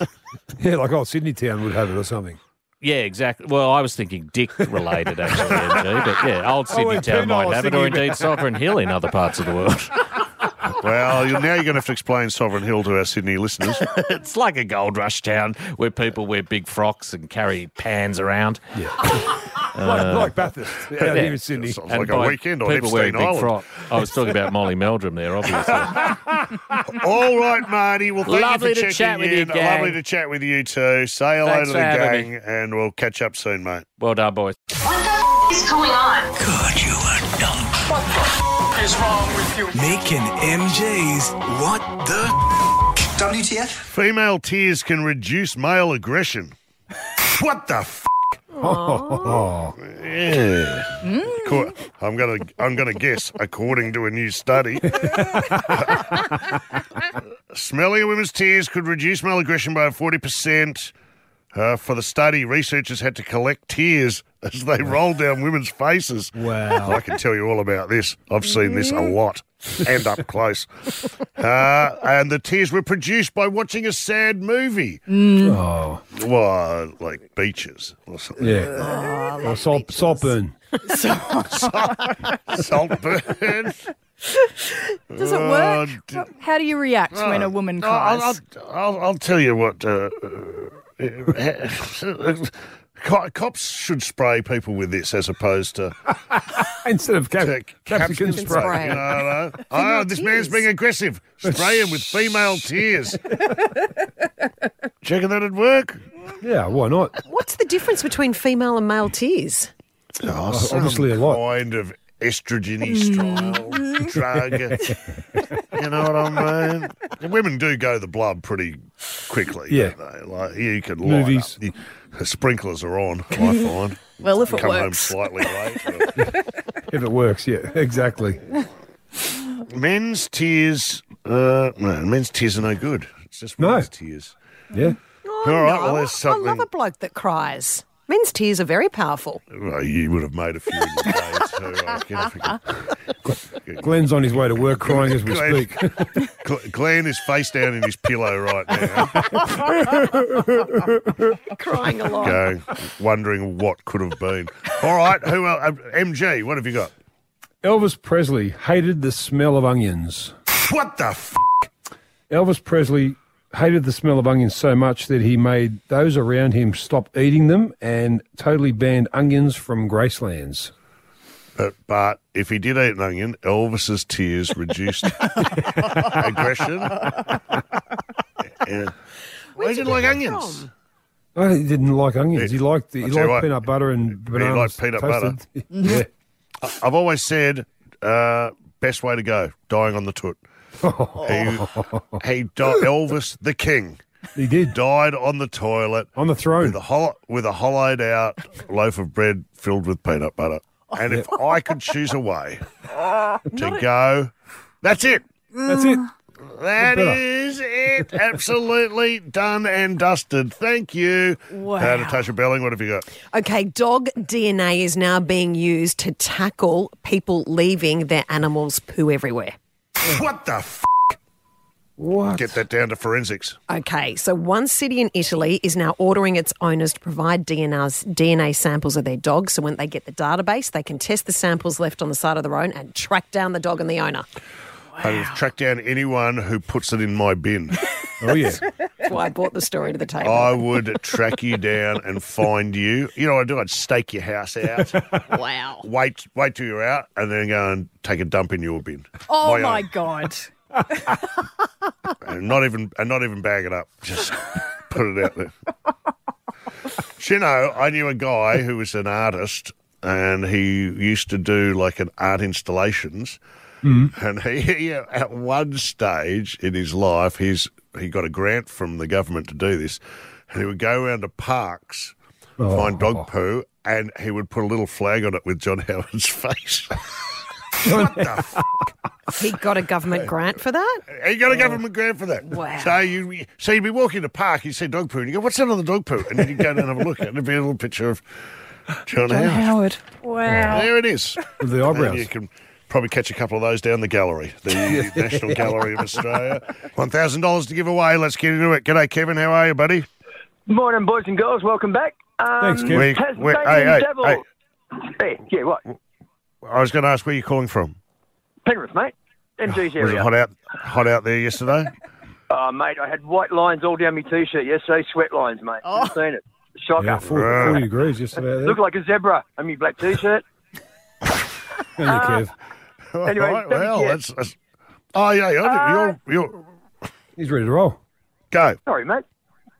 [SPEAKER 3] yeah, like old Sydney town would have it or something.
[SPEAKER 13] yeah, exactly. Well, I was thinking dick related actually, MG, but yeah,
[SPEAKER 2] Oh,
[SPEAKER 13] old Sydney
[SPEAKER 3] wait,
[SPEAKER 13] town
[SPEAKER 3] Oh, penile,
[SPEAKER 13] might have it, or
[SPEAKER 3] Sydney.
[SPEAKER 13] indeed Sovereign Hill in other parts of the world.
[SPEAKER 2] well, you now you're going to have to explain Sovereign Hill to our Sydney listeners.
[SPEAKER 13] it's like a gold rush town where people wear big frocks and carry pans around.
[SPEAKER 3] like,
[SPEAKER 13] Uh,
[SPEAKER 3] like Bathurst out
[SPEAKER 13] yeah.
[SPEAKER 3] here in Sydney.
[SPEAKER 2] Sounds like a
[SPEAKER 13] by
[SPEAKER 2] weekend on
[SPEAKER 13] people wearing
[SPEAKER 2] Epstein
[SPEAKER 13] big
[SPEAKER 2] Island.
[SPEAKER 13] frock. I was talking about Molly Meldrum there, obviously.
[SPEAKER 2] All right, Marty. Well, thank
[SPEAKER 13] Lovely
[SPEAKER 2] you for
[SPEAKER 13] to
[SPEAKER 2] checking
[SPEAKER 13] chat with you,
[SPEAKER 2] in.
[SPEAKER 13] gang.
[SPEAKER 2] Lovely to chat with you too. Say hello
[SPEAKER 13] Thanks
[SPEAKER 2] to the
[SPEAKER 13] for having
[SPEAKER 2] gang, and we'll catch up soon, mate.
[SPEAKER 13] well done, boys.
[SPEAKER 14] What the f- is going on?
[SPEAKER 1] God, you are dumb.
[SPEAKER 14] What the f- is wrong with you?
[SPEAKER 1] Mick and MJ's What the
[SPEAKER 15] WTF?
[SPEAKER 2] Female tears can reduce male aggression. what the? F- yeah. Co- I'm gonna I'm gonna guess according to a new study. Smelling a women's tears could reduce male aggression by forty percent. Uh, for the study, researchers had to collect tears as they rolled down women's faces.
[SPEAKER 3] Wow.
[SPEAKER 2] Oh, I can tell you all about this. I've seen this a lot and up close. Uh, and the tears were produced by watching a sad movie.
[SPEAKER 3] Oh,
[SPEAKER 2] Well, like beaches or something.
[SPEAKER 13] Oh,
[SPEAKER 3] yeah. or salt, saltburn.
[SPEAKER 2] Saltburn.
[SPEAKER 5] Does it work?
[SPEAKER 2] Oh, d- Uh,
[SPEAKER 5] What- How do you react when a woman
[SPEAKER 2] No, I'll,
[SPEAKER 5] cries?
[SPEAKER 2] I'll, I'll, I'll tell you what. Uh, uh, co- cops should spray people with this as opposed to
[SPEAKER 3] Instead of cap-
[SPEAKER 2] to
[SPEAKER 3] capsicum spray.
[SPEAKER 4] spray.
[SPEAKER 2] You know, no. Oh, this man's
[SPEAKER 4] tears.
[SPEAKER 2] being aggressive. Spray him with female tears. Checking that would work.
[SPEAKER 3] Yeah, why not?
[SPEAKER 4] What's the difference between female and male tears?
[SPEAKER 2] Oh,
[SPEAKER 3] obviously a lot.
[SPEAKER 2] kind of estrogen-y style drug. you know what I mean? And women do go to the blood pretty quickly.
[SPEAKER 3] Yeah.
[SPEAKER 2] don't they? like you can line
[SPEAKER 3] Movies.
[SPEAKER 2] up. The, the sprinklers are on. I find.
[SPEAKER 5] Well, if it
[SPEAKER 2] Come
[SPEAKER 5] works.
[SPEAKER 2] home slightly late.
[SPEAKER 3] If it works, yeah, exactly.
[SPEAKER 2] but- men's tears. Uh, no, men's tears are no good. It's just
[SPEAKER 3] No.
[SPEAKER 2] women's tears.
[SPEAKER 3] Yeah.
[SPEAKER 4] Oh,
[SPEAKER 2] All right, well,
[SPEAKER 4] no.
[SPEAKER 2] there's
[SPEAKER 4] I love
[SPEAKER 2] something-
[SPEAKER 4] a bloke that cries. Men's tears are very powerful.
[SPEAKER 2] Well, you would have made a few in your days. too. I was gonna forget.
[SPEAKER 3] Glenn's on his way to work crying as we
[SPEAKER 2] Glenn-
[SPEAKER 3] speak.
[SPEAKER 2] Gl- Glenn is face down in his pillow right now,
[SPEAKER 4] Crying along.
[SPEAKER 2] going, wondering what could have been. All right, who else? Um, MG, what have you got?
[SPEAKER 3] Elvis Presley hated the smell of onions.
[SPEAKER 2] What the f?
[SPEAKER 3] Elvis Presley hated the smell of onions so much that he made those around him stop eating them and totally banned onions from Gracelands.
[SPEAKER 2] But, Uh, but if he did eat an onion, Elvis's tears reduced aggression. And Why did you like onions?
[SPEAKER 3] Oh, he didn't like onions. He liked the, he
[SPEAKER 2] I'll tell you
[SPEAKER 3] liked
[SPEAKER 2] what.
[SPEAKER 3] peanut butter and bananas.
[SPEAKER 2] liked peanut butter.
[SPEAKER 3] butter. yeah.
[SPEAKER 2] I- I've always said uh, best way to go, dying on the toot. He, he died, Elvis the King.
[SPEAKER 3] He did
[SPEAKER 2] died on the toilet
[SPEAKER 3] on the throne
[SPEAKER 2] with a hollow, with a hollowed out loaf of bread filled with peanut butter. And if I could choose a way to go, that's it.
[SPEAKER 3] That's it.
[SPEAKER 5] Mm.
[SPEAKER 2] That
[SPEAKER 3] Better.
[SPEAKER 2] is it. Absolutely done and dusted. Thank you.
[SPEAKER 4] Wow.
[SPEAKER 2] Uh, Natasha Belling, what have you got?
[SPEAKER 4] Okay, dog DNA is now being used to tackle people leaving their animals poo everywhere.
[SPEAKER 2] What the f?
[SPEAKER 3] What?
[SPEAKER 2] Get that down to forensics.
[SPEAKER 4] Okay, so one city in Italy is now ordering its owners to provide DNA's, DNA samples of their dogs. So when they get the database, they can test the samples left on the side of the road and track down the dog and the owner.
[SPEAKER 2] I've tracked down anyone who puts it in my bin.
[SPEAKER 3] Oh yeah.
[SPEAKER 4] That's why I brought the story to the table.
[SPEAKER 2] I would track you down and find you. You know what I'd do? I'd stake your house out.
[SPEAKER 4] wow.
[SPEAKER 2] Wait, wait till you're out, and then go and take a dump in your bin.
[SPEAKER 5] Oh
[SPEAKER 2] own.
[SPEAKER 5] my god.
[SPEAKER 2] and not even and not even bag it up. Just put it out there. Shino, I knew a guy who was an artist, and he used to do like an art installations. And he, at one stage in his life, he's he got a grant from the government to do this, and he would go around to parks, find dog poo, and he would put a little flag on it with John Howard's face.
[SPEAKER 4] He got a government grant for that?
[SPEAKER 2] He got a government grant for that.
[SPEAKER 4] Wow.
[SPEAKER 2] So you so you'd be walking in the park, you see dog poo, and you go, "What's that on the dog poo?" And then you go down and have a look, and it'd be a little picture of John, Howard.
[SPEAKER 5] Wow.
[SPEAKER 2] There it is.
[SPEAKER 3] With the
[SPEAKER 2] And
[SPEAKER 3] eyebrows.
[SPEAKER 2] you can probably catch a couple of those down the gallery, the National Gallery of Australia. One thousand dollars to give away. Let's get into it. G'day, Kevin. How are you, buddy?
[SPEAKER 16] Morning, boys and girls. Welcome back. Um,
[SPEAKER 3] Thanks, Kev. We-
[SPEAKER 16] Tasmanian
[SPEAKER 2] we- hey, hey,
[SPEAKER 16] Devil.
[SPEAKER 2] hey.
[SPEAKER 16] Hey, yeah, what?
[SPEAKER 2] I was going to ask where you're calling from.
[SPEAKER 16] Penrith, mate. MG's
[SPEAKER 2] Was it
[SPEAKER 16] area.
[SPEAKER 2] hot out? Hot out there yesterday?
[SPEAKER 16] Oh, mate, I had white lines all down my t-shirt yesterday. Sweat lines, mate. I've seen it. Shocker.
[SPEAKER 3] Yeah, 40, 40 degrees yesterday. there.
[SPEAKER 16] Look like a zebra in my black t-shirt.
[SPEAKER 3] Thank you, Kev.
[SPEAKER 16] Anyway,
[SPEAKER 2] All right, well,
[SPEAKER 16] yeah.
[SPEAKER 2] that's, that's. Oh yeah, you're, you're, you're
[SPEAKER 3] He's ready to roll.
[SPEAKER 2] go.
[SPEAKER 16] Sorry, mate.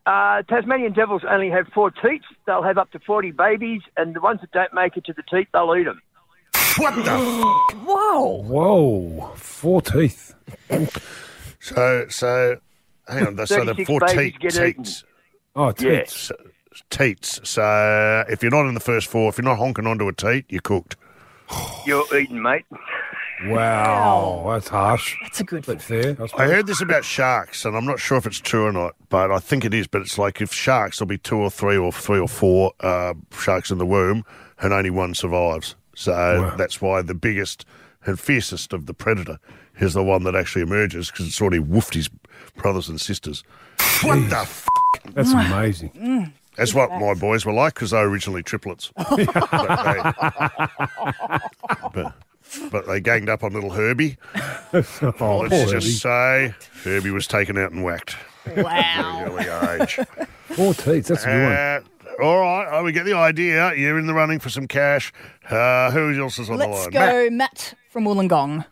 [SPEAKER 16] Uh, Tasmanian devils only have four teats. They'll have up to 40 babies, and the ones that don't make it to the teat, they'll eat them.
[SPEAKER 2] What the?
[SPEAKER 4] Whoa.
[SPEAKER 3] Whoa, four teeth.
[SPEAKER 2] So so, hang on. So the
[SPEAKER 16] 36
[SPEAKER 2] four
[SPEAKER 16] babies
[SPEAKER 2] teat-
[SPEAKER 16] get eaten.
[SPEAKER 2] teats.
[SPEAKER 3] Oh,
[SPEAKER 16] Yeah.
[SPEAKER 3] teeth.
[SPEAKER 2] S- teats. So if you're not in the first four, if you're not honking onto a teat, you're cooked.
[SPEAKER 16] You're eating, mate.
[SPEAKER 3] Wow, that's harsh.
[SPEAKER 5] That's a good
[SPEAKER 3] But fair. I
[SPEAKER 2] I
[SPEAKER 3] suppose.
[SPEAKER 2] heard this about sharks, and I'm not sure if it's true or not, but I think it is. But it's like if sharks, there'll be two or three or three or four uh, sharks in the womb, and only one survives. So that's why the biggest and fiercest of the predator is the one that actually emerges because it's already woofed his brothers and sisters. What the f?
[SPEAKER 3] That's
[SPEAKER 5] Mm.
[SPEAKER 3] amazing.
[SPEAKER 2] That's what my boys were like because they were originally triplets. but, they, but, but they ganged up on little Herbie.
[SPEAKER 3] oh, poor
[SPEAKER 2] Let's just
[SPEAKER 3] Herbie.
[SPEAKER 2] say Herbie was taken out and whacked.
[SPEAKER 5] Wow.
[SPEAKER 2] Early age.
[SPEAKER 3] Four teeth. That's a good one.
[SPEAKER 2] Uh, all right, oh, we get the idea. You're in the running for some cash. Uh, who else is on
[SPEAKER 5] Let's
[SPEAKER 2] the line?
[SPEAKER 5] go, Matt from Wollongong.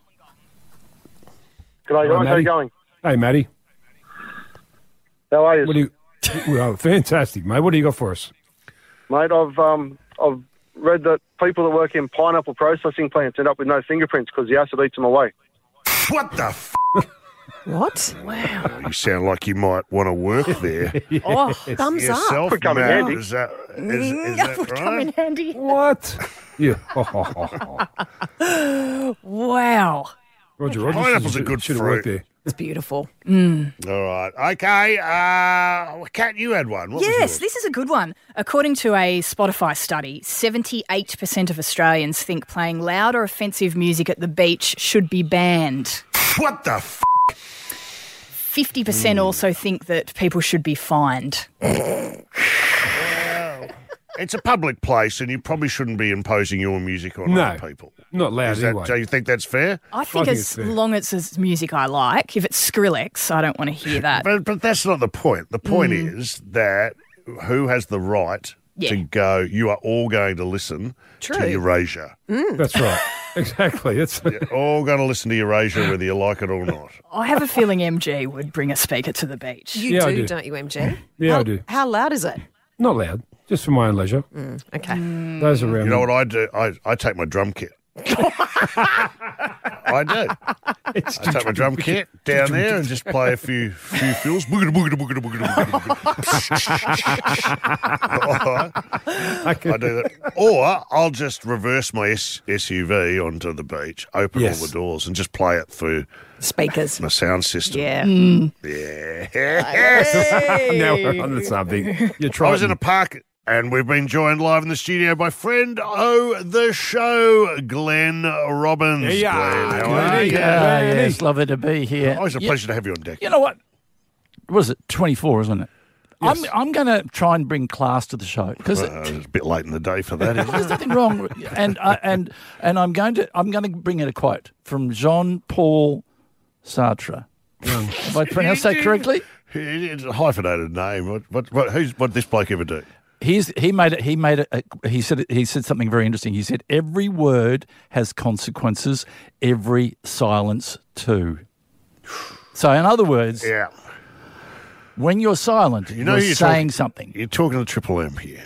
[SPEAKER 17] G'day, guys.
[SPEAKER 3] Hello,
[SPEAKER 17] How
[SPEAKER 3] Matty.
[SPEAKER 17] you going?
[SPEAKER 3] Hey, Matty.
[SPEAKER 17] How are you,
[SPEAKER 3] What do you? Well, fantastic, mate. What do you got for us?
[SPEAKER 17] mate? I've um, I've read that people that work in pineapple processing plants end up with no fingerprints because the acid eats them away.
[SPEAKER 2] What the f?
[SPEAKER 4] What?
[SPEAKER 2] You sound like you might want to work there
[SPEAKER 4] Oh, thumbs
[SPEAKER 2] yourself.
[SPEAKER 17] Could come in
[SPEAKER 2] Matt.
[SPEAKER 17] handy.
[SPEAKER 2] Is that,
[SPEAKER 5] Mm-hmm.
[SPEAKER 2] is, is
[SPEAKER 5] Would
[SPEAKER 2] that
[SPEAKER 5] come in
[SPEAKER 2] right?
[SPEAKER 5] handy.
[SPEAKER 3] What? Yeah. Oh,
[SPEAKER 5] Wow.
[SPEAKER 3] Roger Rogers.
[SPEAKER 2] Pineapple's
[SPEAKER 3] should-
[SPEAKER 2] a good
[SPEAKER 3] should have
[SPEAKER 2] fruit.
[SPEAKER 3] worked there.
[SPEAKER 4] It's beautiful.
[SPEAKER 2] All right. Okay. Uh, Kat, you had one. What was
[SPEAKER 5] yes,
[SPEAKER 2] yours?
[SPEAKER 5] this is a good one. According to a Spotify study, 78% of Australians think playing loud or offensive music at the beach should be banned.
[SPEAKER 2] What the f?
[SPEAKER 5] 50%
[SPEAKER 3] Hmm.
[SPEAKER 5] also think that people should be fined.
[SPEAKER 2] It's a public place, and you probably shouldn't be imposing your music on
[SPEAKER 3] No.
[SPEAKER 2] other people.
[SPEAKER 3] Not loud
[SPEAKER 2] Is that,
[SPEAKER 3] anyway.
[SPEAKER 2] Do you think that's fair?
[SPEAKER 5] I think as long as it's music I like, if it's Skrillex, I don't want to hear that.
[SPEAKER 2] But, but that's not the point. The point is that who has the right
[SPEAKER 5] Yeah.
[SPEAKER 2] to go? You are all going to listen
[SPEAKER 5] True. Mm.
[SPEAKER 2] to Eurasia.
[SPEAKER 3] That's right. Exactly. It's
[SPEAKER 2] You're all going to listen to Eurasia, whether you like it or not.
[SPEAKER 5] I have a feeling MG would bring a speaker to the beach.
[SPEAKER 4] You
[SPEAKER 3] Yeah, I
[SPEAKER 4] do,
[SPEAKER 3] do.
[SPEAKER 4] do, not you, MG?
[SPEAKER 3] Yeah,
[SPEAKER 4] how,
[SPEAKER 3] I do.
[SPEAKER 4] How loud is it?
[SPEAKER 3] Not loud. Just for my own leisure.
[SPEAKER 4] Okay.
[SPEAKER 3] Those around.
[SPEAKER 2] You know what I do? I, I take my drum kit. I do. I take my drum kit down there and just play a few few fills. Boogada, boogada, boogada, boogada, boogada. Or I do that. Or I'll just reverse my S- SUV onto the beach, open
[SPEAKER 3] Yes.
[SPEAKER 2] all the doors, and just play it through
[SPEAKER 4] speakers,
[SPEAKER 2] my sound system.
[SPEAKER 5] Yeah.
[SPEAKER 2] Yeah.
[SPEAKER 3] now we're on to something. You're
[SPEAKER 2] I was in
[SPEAKER 3] Triton.
[SPEAKER 2] a park, and we've been joined live in the studio by friend oh the show, Glenn Robbins.
[SPEAKER 13] Hey, yeah.
[SPEAKER 2] Glenn, how
[SPEAKER 13] Glenny,
[SPEAKER 2] are you?
[SPEAKER 13] Ah, yes, lovely to be here.
[SPEAKER 2] Always a pleasure to have you on deck.
[SPEAKER 13] You know what? Was it 24, isn't it?
[SPEAKER 2] Yes.
[SPEAKER 13] I'm, I'm going to try and bring class to the show because
[SPEAKER 2] Well, Uh, it's a bit late in the day for that. Isn't
[SPEAKER 13] there's
[SPEAKER 2] it?
[SPEAKER 13] nothing wrong. with- And I and and I'm going to I'm going to bring in a quote from Jean Paul Sartre. Have I pronounced that correctly?
[SPEAKER 2] It- It's a hyphenated name. What, what, what, who's, what did this bloke ever do?
[SPEAKER 13] He's, he made it. He made it. A, he said. He said something very interesting. He said, "Every word has consequences. Every silence too." So, in other words,
[SPEAKER 2] Yeah.
[SPEAKER 13] when you're silent, you
[SPEAKER 2] know
[SPEAKER 13] are
[SPEAKER 2] you're
[SPEAKER 13] saying
[SPEAKER 2] talking-
[SPEAKER 13] something.
[SPEAKER 2] You're talking to Triple M here.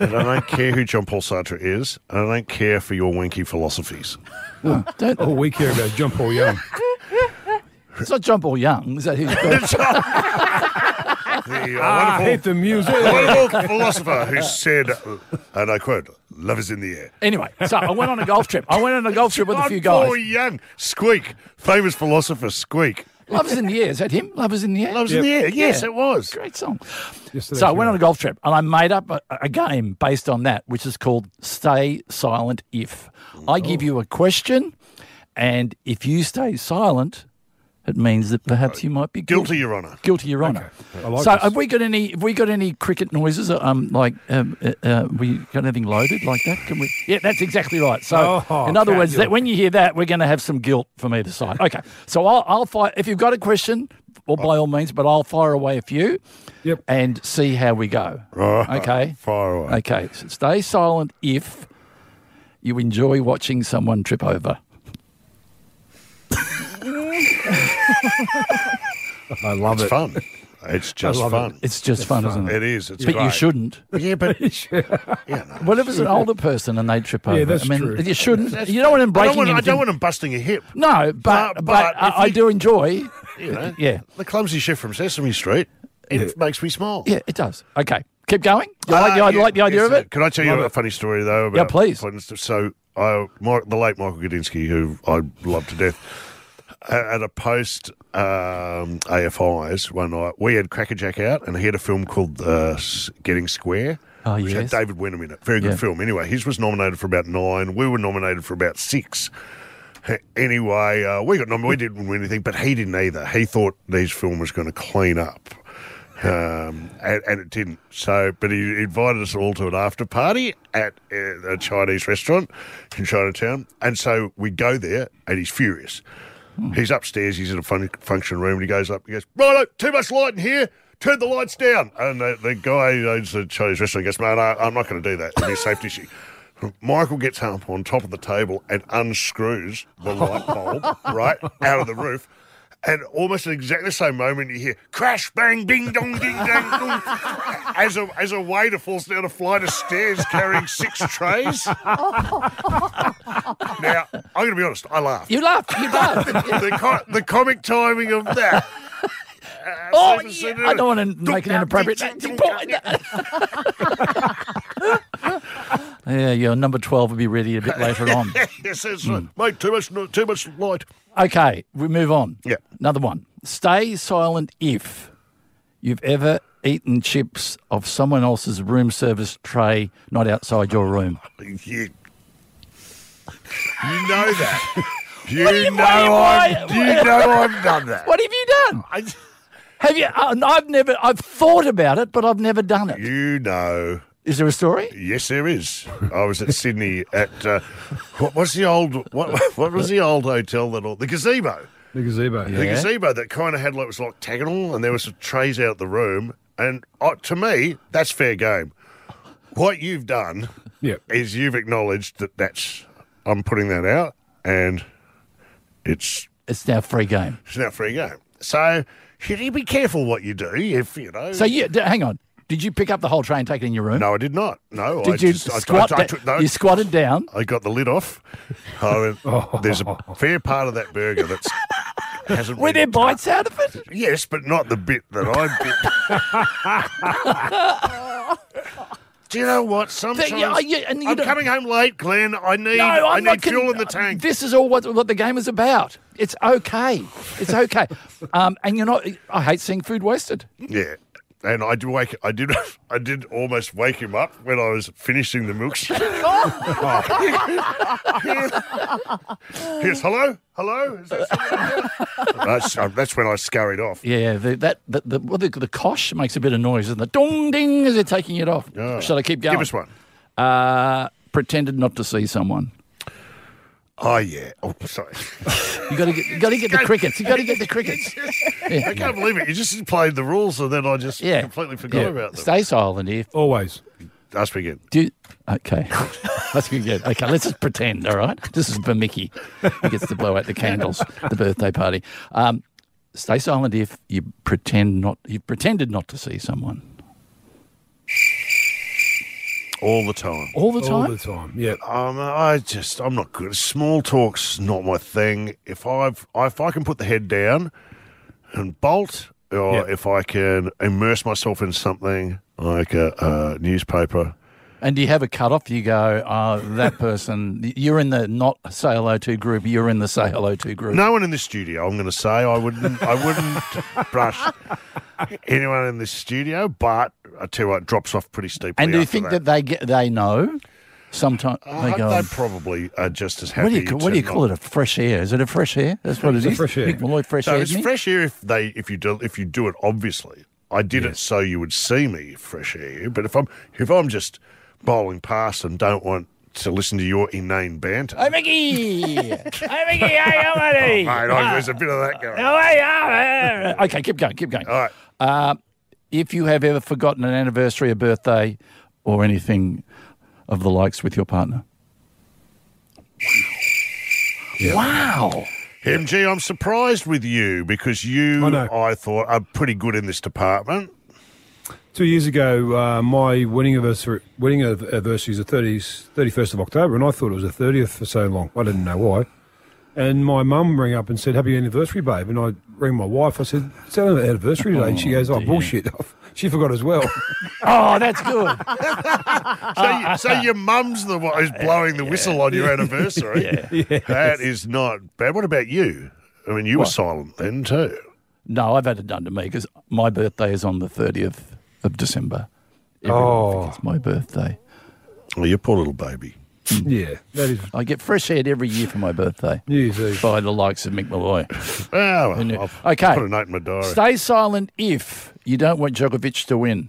[SPEAKER 2] and I don't care who John Paul Sartre is, and I don't care for your wanky philosophies.
[SPEAKER 13] Don't-
[SPEAKER 3] Oh, we care about John Paul Young.
[SPEAKER 13] It's not John Paul Young. Is that who's
[SPEAKER 2] The uh,
[SPEAKER 13] Ah,
[SPEAKER 3] I
[SPEAKER 2] wonderful
[SPEAKER 3] hate the music.
[SPEAKER 2] A wonderful philosopher who said, and I quote, love is in the air.
[SPEAKER 13] Anyway, so I went on a golf trip. I went on a golf trip with a few guys.
[SPEAKER 2] Paul Young, Squeak, famous philosopher Squeak.
[SPEAKER 13] Love's in the air. Is that him? Love's in the air.
[SPEAKER 2] Love's in the air. Yes,
[SPEAKER 13] Yeah.
[SPEAKER 2] it was.
[SPEAKER 13] Great song.
[SPEAKER 3] Yes,
[SPEAKER 13] So I went on a golf trip and I made up a, a game based on that, which is called Stay Silent If. I give you a question, and if you stay silent, it means that perhaps you might be
[SPEAKER 2] Guilty,
[SPEAKER 13] guilty.
[SPEAKER 2] Your Honour.
[SPEAKER 13] Guilty, Your Honour.
[SPEAKER 3] I like
[SPEAKER 13] so,
[SPEAKER 3] this.
[SPEAKER 13] have we got any? Have we got any cricket noises? Um, like, um, uh, uh, we got anything loaded like that? Can we? Yeah, that's exactly right. So,
[SPEAKER 3] Oh,
[SPEAKER 13] in other words,
[SPEAKER 3] fabulous.
[SPEAKER 13] that when you hear that, we're going to have some guilt from either side. Okay, so I'll, I'll fire. If you've got a question, well, by all means, but I'll fire away a few.
[SPEAKER 3] Yep.
[SPEAKER 13] And see how we go.
[SPEAKER 2] Right.
[SPEAKER 13] Okay.
[SPEAKER 2] Fire away.
[SPEAKER 13] Okay. So stay silent if you enjoy watching someone trip over.
[SPEAKER 3] I love
[SPEAKER 2] It's
[SPEAKER 3] it.
[SPEAKER 2] fun. It's just
[SPEAKER 3] love it.
[SPEAKER 2] fun.
[SPEAKER 13] It's just fun, isn't it?
[SPEAKER 2] It is. It's
[SPEAKER 13] but
[SPEAKER 2] great.
[SPEAKER 13] you shouldn't.
[SPEAKER 2] Yeah, but
[SPEAKER 13] What if it's an older person and they trip over?
[SPEAKER 3] that's
[SPEAKER 13] I mean,
[SPEAKER 3] true.
[SPEAKER 13] you shouldn't. you don't want them
[SPEAKER 2] I
[SPEAKER 13] breaking
[SPEAKER 2] don't, want, I
[SPEAKER 13] anything.
[SPEAKER 2] don't want him busting a hip.
[SPEAKER 13] No, but
[SPEAKER 2] But-
[SPEAKER 13] but,
[SPEAKER 2] but
[SPEAKER 13] I,
[SPEAKER 2] if
[SPEAKER 13] I
[SPEAKER 2] you-
[SPEAKER 13] do enjoy.
[SPEAKER 2] You know,
[SPEAKER 13] Yeah,
[SPEAKER 2] the clumsy chef from Sesame Street. It makes me smile.
[SPEAKER 13] yeah, it does. Okay, keep going. You like the, I
[SPEAKER 2] yeah,
[SPEAKER 13] like the idea
[SPEAKER 2] yes,
[SPEAKER 13] of
[SPEAKER 2] uh,
[SPEAKER 13] it.
[SPEAKER 2] Can I tell you
[SPEAKER 13] Love
[SPEAKER 2] a
[SPEAKER 13] it.
[SPEAKER 2] funny story though? About
[SPEAKER 13] Yeah, please.
[SPEAKER 2] for instance, So, I, my, the late Michael Gudinski, who I love to death, a- at a post um, AFI's one night, we had Crackerjack out, and he had a film called uh, S- Getting Square.
[SPEAKER 13] Oh,
[SPEAKER 2] which had
[SPEAKER 13] yes.
[SPEAKER 2] David Wenham in it. Very good
[SPEAKER 13] Yeah.
[SPEAKER 2] film. Anyway, his was nominated for about nine. We were nominated for about six. Anyway, uh, we got nominated. We didn't win anything, but he didn't either. He thought his film was going to clean up, um, and, and it didn't. So, but he invited us all to an after party at uh, a Chinese restaurant in Chinatown, and so we go there, and he's furious. He's upstairs. He's in a fun- function room, and he goes up. He goes, "Righto, too much light in here. Turn the lights down." And the, the guy who owns the Chinese restaurant goes, "No, no, I'm not going to do that. It'll be a safety issue." Michael gets up on top of the table and unscrews the light bulb right out of the roof. And almost at exactly the same moment, you hear crash, bang, ding, dong, ding, dang, dong, as a as a waiter falls down a flight of stairs carrying six trays. now, I'm going to be honest, I laughed
[SPEAKER 13] You laughed. You laughed.
[SPEAKER 2] the, co- the comic timing of that. Uh,
[SPEAKER 13] oh,
[SPEAKER 2] so- so-
[SPEAKER 13] yeah. I don't want to make an inappropriate.
[SPEAKER 2] Don't-
[SPEAKER 13] But Yeah, your number 12 will be ready a bit later on.
[SPEAKER 2] yes, that's
[SPEAKER 13] Hmm.
[SPEAKER 2] right. Mate, too much, too much light.
[SPEAKER 13] Okay, we move on.
[SPEAKER 2] Yeah.
[SPEAKER 13] Another one. Stay silent if you've ever eaten chips of someone else's room service tray, not outside your room.
[SPEAKER 2] You, you know that. You,
[SPEAKER 13] What do you-
[SPEAKER 2] know
[SPEAKER 13] what do you-
[SPEAKER 2] I've,
[SPEAKER 13] why-
[SPEAKER 2] you know I've done that.
[SPEAKER 13] What have you done? have you? uh, I've never. I've thought about it, but I've never done it.
[SPEAKER 2] You know.
[SPEAKER 13] Is there a story?
[SPEAKER 2] Yes, there is. I was at Sydney at uh, what was the old what what was the old hotel that all, the gazebo.
[SPEAKER 3] The gazebo.
[SPEAKER 2] The gazebo that kind of had like was like diagonal, and there was some trays out the room. And uh, to me, that's fair game. What you've done
[SPEAKER 3] Yep.
[SPEAKER 2] is you've acknowledged that that's I'm putting that out, and it's
[SPEAKER 13] It's now free game.
[SPEAKER 2] it's now free game. So should you be careful what you do? If you know,
[SPEAKER 13] So you d- hang on. Did you pick up the whole tray and take it in your room?
[SPEAKER 2] no, I did not. No,
[SPEAKER 13] Did
[SPEAKER 2] I
[SPEAKER 13] you
[SPEAKER 2] just, I- I-
[SPEAKER 13] squat?
[SPEAKER 2] I
[SPEAKER 13] da-
[SPEAKER 2] took- no.
[SPEAKER 13] You squatted down.
[SPEAKER 2] I got the lid off. I went, there's a fair part of that burger that's hasn't
[SPEAKER 13] Were
[SPEAKER 2] been
[SPEAKER 13] there bites out of it?
[SPEAKER 2] Yes, but not the bit that I bit. Do you know what? Sometimes
[SPEAKER 13] yeah, yeah, and you
[SPEAKER 2] I'm
[SPEAKER 13] don't-
[SPEAKER 2] coming home late, Glenn. I need
[SPEAKER 13] No,
[SPEAKER 2] I
[SPEAKER 13] I'm
[SPEAKER 2] need
[SPEAKER 13] not
[SPEAKER 2] fuel
[SPEAKER 13] kidding.
[SPEAKER 2] in the tank.
[SPEAKER 13] This is all what, what the game is about. It's okay. It's okay. um, and you're not. I hate seeing food wasted.
[SPEAKER 2] Yeah. And I did wake I did I did almost wake him up when I was finishing the milkshake. Yes, hello? Hello? Is that someone out there? that's, uh, that's when I scurried off.
[SPEAKER 13] Yeah, the, that the the, well, the the kosh makes a bit of noise, and the dong ding as they're taking it off.
[SPEAKER 2] Yeah.
[SPEAKER 13] Shall I keep going?
[SPEAKER 2] Give us one.
[SPEAKER 13] Uh, pretended not to see someone.
[SPEAKER 2] Oh yeah. Oh sorry.
[SPEAKER 13] You got to get you got to get the crickets. You got to get the crickets. Yeah.
[SPEAKER 2] I can't believe it. You just played the rules and then I just
[SPEAKER 13] Yeah.
[SPEAKER 2] completely forgot
[SPEAKER 13] Yeah.
[SPEAKER 2] about them.
[SPEAKER 13] Stay silent if
[SPEAKER 3] Always.
[SPEAKER 2] That's pretty good.
[SPEAKER 13] do. Okay, that's good. good. Okay, let's just pretend. All right, this is for Mickey. He gets to blow out the candles, at the birthday party. Um, stay silent if you pretend not. You pretended not to see someone
[SPEAKER 2] All the time.
[SPEAKER 13] all the time.
[SPEAKER 3] All the time. Yep.
[SPEAKER 2] Um, I just I'm not good. Small talk's not my thing. If I've if I can put the head down and bolt, or
[SPEAKER 3] Yep.
[SPEAKER 2] if I can immerse myself in something like a, a newspaper,
[SPEAKER 13] And do you have a cutoff? You go, oh, that person, you're in the not say hello to group, you're in the say hello to group.
[SPEAKER 2] no one in the studio. I'm going to say I wouldn't I wouldn't brush anyone in this studio, but I tell you what, it drops off pretty steeply.
[SPEAKER 13] and do you
[SPEAKER 2] after
[SPEAKER 13] think that, they get they know? Sometimes
[SPEAKER 2] I
[SPEAKER 13] they
[SPEAKER 2] hope
[SPEAKER 13] go,
[SPEAKER 2] they probably are just as Uh, happy.
[SPEAKER 13] what do you, ca- what
[SPEAKER 2] to
[SPEAKER 13] do you call
[SPEAKER 2] not-
[SPEAKER 13] it? A fresh air? Is it a fresh air? That's what it
[SPEAKER 3] It's a
[SPEAKER 13] is.
[SPEAKER 3] fresh air.
[SPEAKER 13] Mick Malloy, fresh
[SPEAKER 2] So
[SPEAKER 13] air.
[SPEAKER 2] it's
[SPEAKER 13] isn't it?
[SPEAKER 2] fresh air if they if you do if you do it obviously. I did it so you would see me fresh air. But if I'm if I'm just bowling past and don't want to listen to your inane banter,
[SPEAKER 13] Hey, Mickey! hey, Mickey! Hey, how are you?
[SPEAKER 2] mate, I,
[SPEAKER 3] ah.
[SPEAKER 2] there's a bit of that going.
[SPEAKER 13] How
[SPEAKER 2] on.
[SPEAKER 13] are you? okay, keep going, keep going.
[SPEAKER 2] All right,
[SPEAKER 13] Uh, if you have ever forgotten an anniversary, a birthday, or anything of the likes with your partner. Wow.
[SPEAKER 2] MG, I'm surprised with you because you
[SPEAKER 3] I know.
[SPEAKER 2] I thought are pretty good in this department.
[SPEAKER 3] Two years ago, uh, my wedding anniversary, wedding anniv- anniversary is the 30th, 31st of October, and I thought it was the 30th for so long. I didn't know why. And my mum rang up and said, Happy anniversary, babe. And I rang my wife. I said, It's our anniversary today. and she goes, Oh, bullshit. she forgot as well.
[SPEAKER 13] Oh, that's good.
[SPEAKER 2] So,
[SPEAKER 3] Ah.
[SPEAKER 2] you, so your mum's the one who's blowing the whistle on your anniversary. That is not bad. What about you? I mean, you were silent then too.
[SPEAKER 13] no, I've had it done to me because my birthday is on the 30th of December. Everyone
[SPEAKER 3] Oh.
[SPEAKER 13] thinks it's my birthday.
[SPEAKER 2] Oh, you poor little baby.
[SPEAKER 3] yeah, that is
[SPEAKER 13] I get fresh haired every year for my birthday
[SPEAKER 3] New Year's Eve.
[SPEAKER 13] by the likes of Mick Malloy.
[SPEAKER 2] Ah, well,
[SPEAKER 13] knew?
[SPEAKER 2] I've
[SPEAKER 13] uh, Okay.
[SPEAKER 2] Put a note in my diary.
[SPEAKER 13] Stay silent if you don't want Djokovic to win.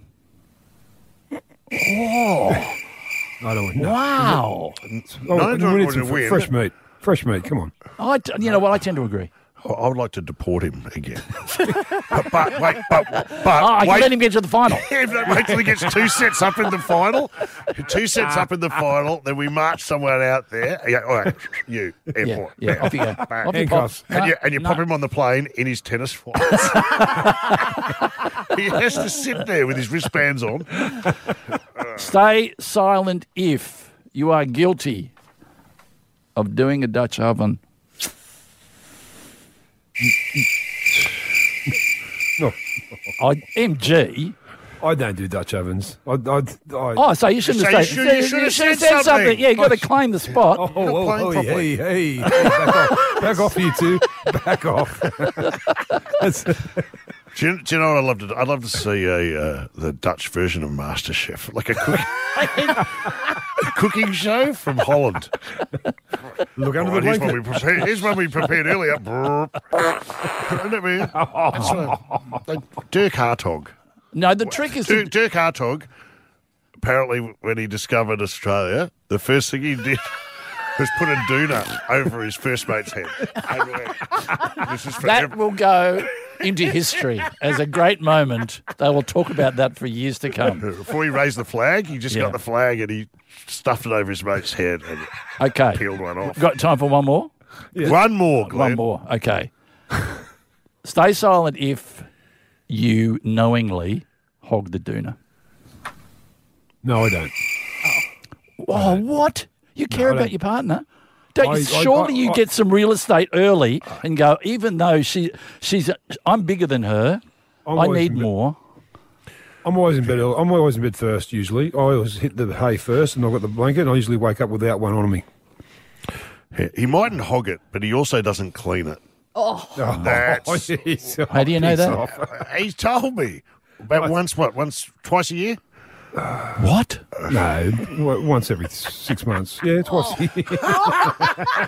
[SPEAKER 3] I don't know.
[SPEAKER 13] Wow.
[SPEAKER 3] Oh,
[SPEAKER 2] No, I don't
[SPEAKER 3] we need
[SPEAKER 2] want
[SPEAKER 3] some
[SPEAKER 2] to
[SPEAKER 3] fr-
[SPEAKER 2] win.
[SPEAKER 3] fresh meat. Fresh meat, come on.
[SPEAKER 13] I t- you know what? I tend to
[SPEAKER 2] I-
[SPEAKER 13] agree.
[SPEAKER 2] I would like to deport him again. but, but wait, but, but
[SPEAKER 13] Oh, I can
[SPEAKER 2] wait.
[SPEAKER 13] let him get to the final.
[SPEAKER 2] If that- wait till he gets two sets up in the final. Two sets
[SPEAKER 13] Ah.
[SPEAKER 2] up in the final, then we march someone out there. Yeah, all right, you,
[SPEAKER 13] Yeah,
[SPEAKER 2] airport.
[SPEAKER 13] yeah.
[SPEAKER 2] Bang,
[SPEAKER 13] Off you go.
[SPEAKER 2] bang.
[SPEAKER 13] Off you pop.
[SPEAKER 3] Handcuffs.
[SPEAKER 2] And
[SPEAKER 13] No,
[SPEAKER 2] you, and you
[SPEAKER 13] no.
[SPEAKER 2] pop him on the plane in his tennis whites. he has to sit there with his wristbands on.
[SPEAKER 13] Stay silent if you are guilty of doing a Dutch oven.
[SPEAKER 3] No.
[SPEAKER 13] I, MG,
[SPEAKER 3] I don't do Dutch ovens. I, I, I,
[SPEAKER 13] Oh, so you shouldn't have said, you should have said, something. Yeah, you got to claim the spot.
[SPEAKER 3] Oh, oh, oh, hey, hey, hey, back off, back off, you two, back off.
[SPEAKER 2] Do you, do you know what I'd love to? do? I'd love to see a uh, the Dutch version of MasterChef, like a, cook, a cooking show from Holland.
[SPEAKER 3] Look under
[SPEAKER 2] All
[SPEAKER 3] the
[SPEAKER 2] here's
[SPEAKER 3] blanket.
[SPEAKER 2] one we prepared. Here's one we prepared earlier. Brrr. Let me- That's right. Like Dirk Hartog.
[SPEAKER 13] No, the trick is
[SPEAKER 2] Dirk, Dirk Hartog. Apparently, when he discovered Australia, the first thing he did. Was put a doona over his first mate's head. Over there. This is for
[SPEAKER 13] That will go into history as a great moment. They will talk about that for years to come.
[SPEAKER 2] Before he raised the flag, he just got the flag and he stuffed it over his mate's head and
[SPEAKER 13] okay.
[SPEAKER 2] peeled one off.
[SPEAKER 13] Got time for one more?
[SPEAKER 2] One more, Glenn.
[SPEAKER 13] One more. Okay. Stay silent if you knowingly hog the doona.
[SPEAKER 3] No, I don't.
[SPEAKER 13] Oh, what? You
[SPEAKER 3] Uh,
[SPEAKER 13] care
[SPEAKER 3] I
[SPEAKER 13] about
[SPEAKER 3] don't.
[SPEAKER 13] your partner? Don't you,
[SPEAKER 3] I- I-
[SPEAKER 13] surely you
[SPEAKER 3] I-
[SPEAKER 13] get some real estate early and go. Even though she, she's, I'm bigger than her.
[SPEAKER 3] I'm
[SPEAKER 13] I
[SPEAKER 3] always
[SPEAKER 13] need
[SPEAKER 3] in bed-
[SPEAKER 13] more.
[SPEAKER 3] I'm always in bed. I'm always in bed first. Usually, I always hit the hay first, and I've got the blanket. And I usually wake up without one on me.
[SPEAKER 2] He- He mightn't hog it, but he also doesn't clean it.
[SPEAKER 5] Oh,
[SPEAKER 3] Oh,
[SPEAKER 2] That's-
[SPEAKER 3] jeez.
[SPEAKER 13] How do you know
[SPEAKER 3] Piss
[SPEAKER 13] that?
[SPEAKER 3] off.
[SPEAKER 2] He's told me. About once, what? Once, twice a year?
[SPEAKER 13] What?
[SPEAKER 3] No, w- once every six months. Yeah, twice. a year.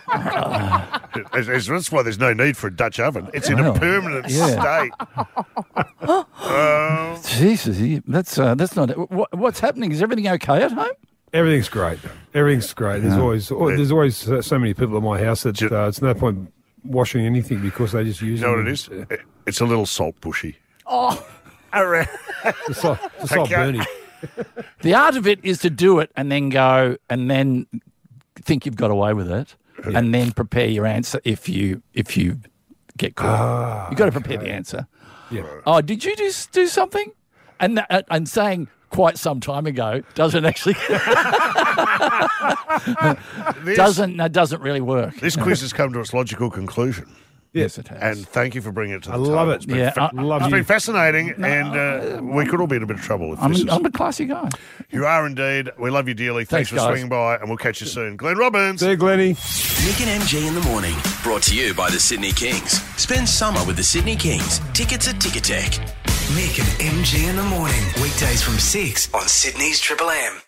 [SPEAKER 2] That's- that's- That's why there's no need for a Dutch oven. It's in a
[SPEAKER 13] Wow.
[SPEAKER 2] permanent
[SPEAKER 13] Yeah.
[SPEAKER 2] state. Uh,
[SPEAKER 13] Jesus, you- that's uh, that's not. What, what's happening? Is everything okay at home?
[SPEAKER 3] Everything's great. Everything's great. There's always al- there's always uh, so many people at my house that uh, it's no point washing anything because they just use
[SPEAKER 2] you know
[SPEAKER 3] it.
[SPEAKER 2] what it is? It- It's a little salt bushy.
[SPEAKER 5] oh.
[SPEAKER 3] It's like, it's like
[SPEAKER 2] Okay.
[SPEAKER 3] Bernie.
[SPEAKER 13] The art of it is to do it and then go and then think you've got away with it, and then prepare your answer if you if you get
[SPEAKER 3] Ah,
[SPEAKER 13] caught. You've got to prepare the answer.
[SPEAKER 3] Yeah.
[SPEAKER 13] Oh, did you do do something? And that, uh, and- and saying quite some time ago doesn't actually
[SPEAKER 2] This,
[SPEAKER 13] doesn't that doesn't really work.
[SPEAKER 2] This quiz has come to its logical conclusion.
[SPEAKER 13] Yes, it has.
[SPEAKER 2] And thank you for bringing it to the
[SPEAKER 3] I love
[SPEAKER 2] table.
[SPEAKER 3] it.
[SPEAKER 2] It's been
[SPEAKER 13] Yeah,
[SPEAKER 2] fa-
[SPEAKER 13] I- love
[SPEAKER 2] it's
[SPEAKER 13] you.
[SPEAKER 2] been fascinating, and uh, we could all be in a bit of trouble if
[SPEAKER 13] I'm,
[SPEAKER 2] this is.
[SPEAKER 13] I'm a classy guy.
[SPEAKER 2] You are indeed. We love you dearly. Thanks,
[SPEAKER 13] Thanks,
[SPEAKER 2] for
[SPEAKER 13] guys.
[SPEAKER 2] swinging by, and we'll catch you soon. Glenn Robbins.
[SPEAKER 3] There, Glenny.
[SPEAKER 1] Nick and MJ in the morning. Brought to you by the Sydney Kings. Spend summer with the Sydney Kings. Tickets at Ticketek.
[SPEAKER 18] Nick and MG in the morning. Weekdays from 6 on Sydney's Triple M.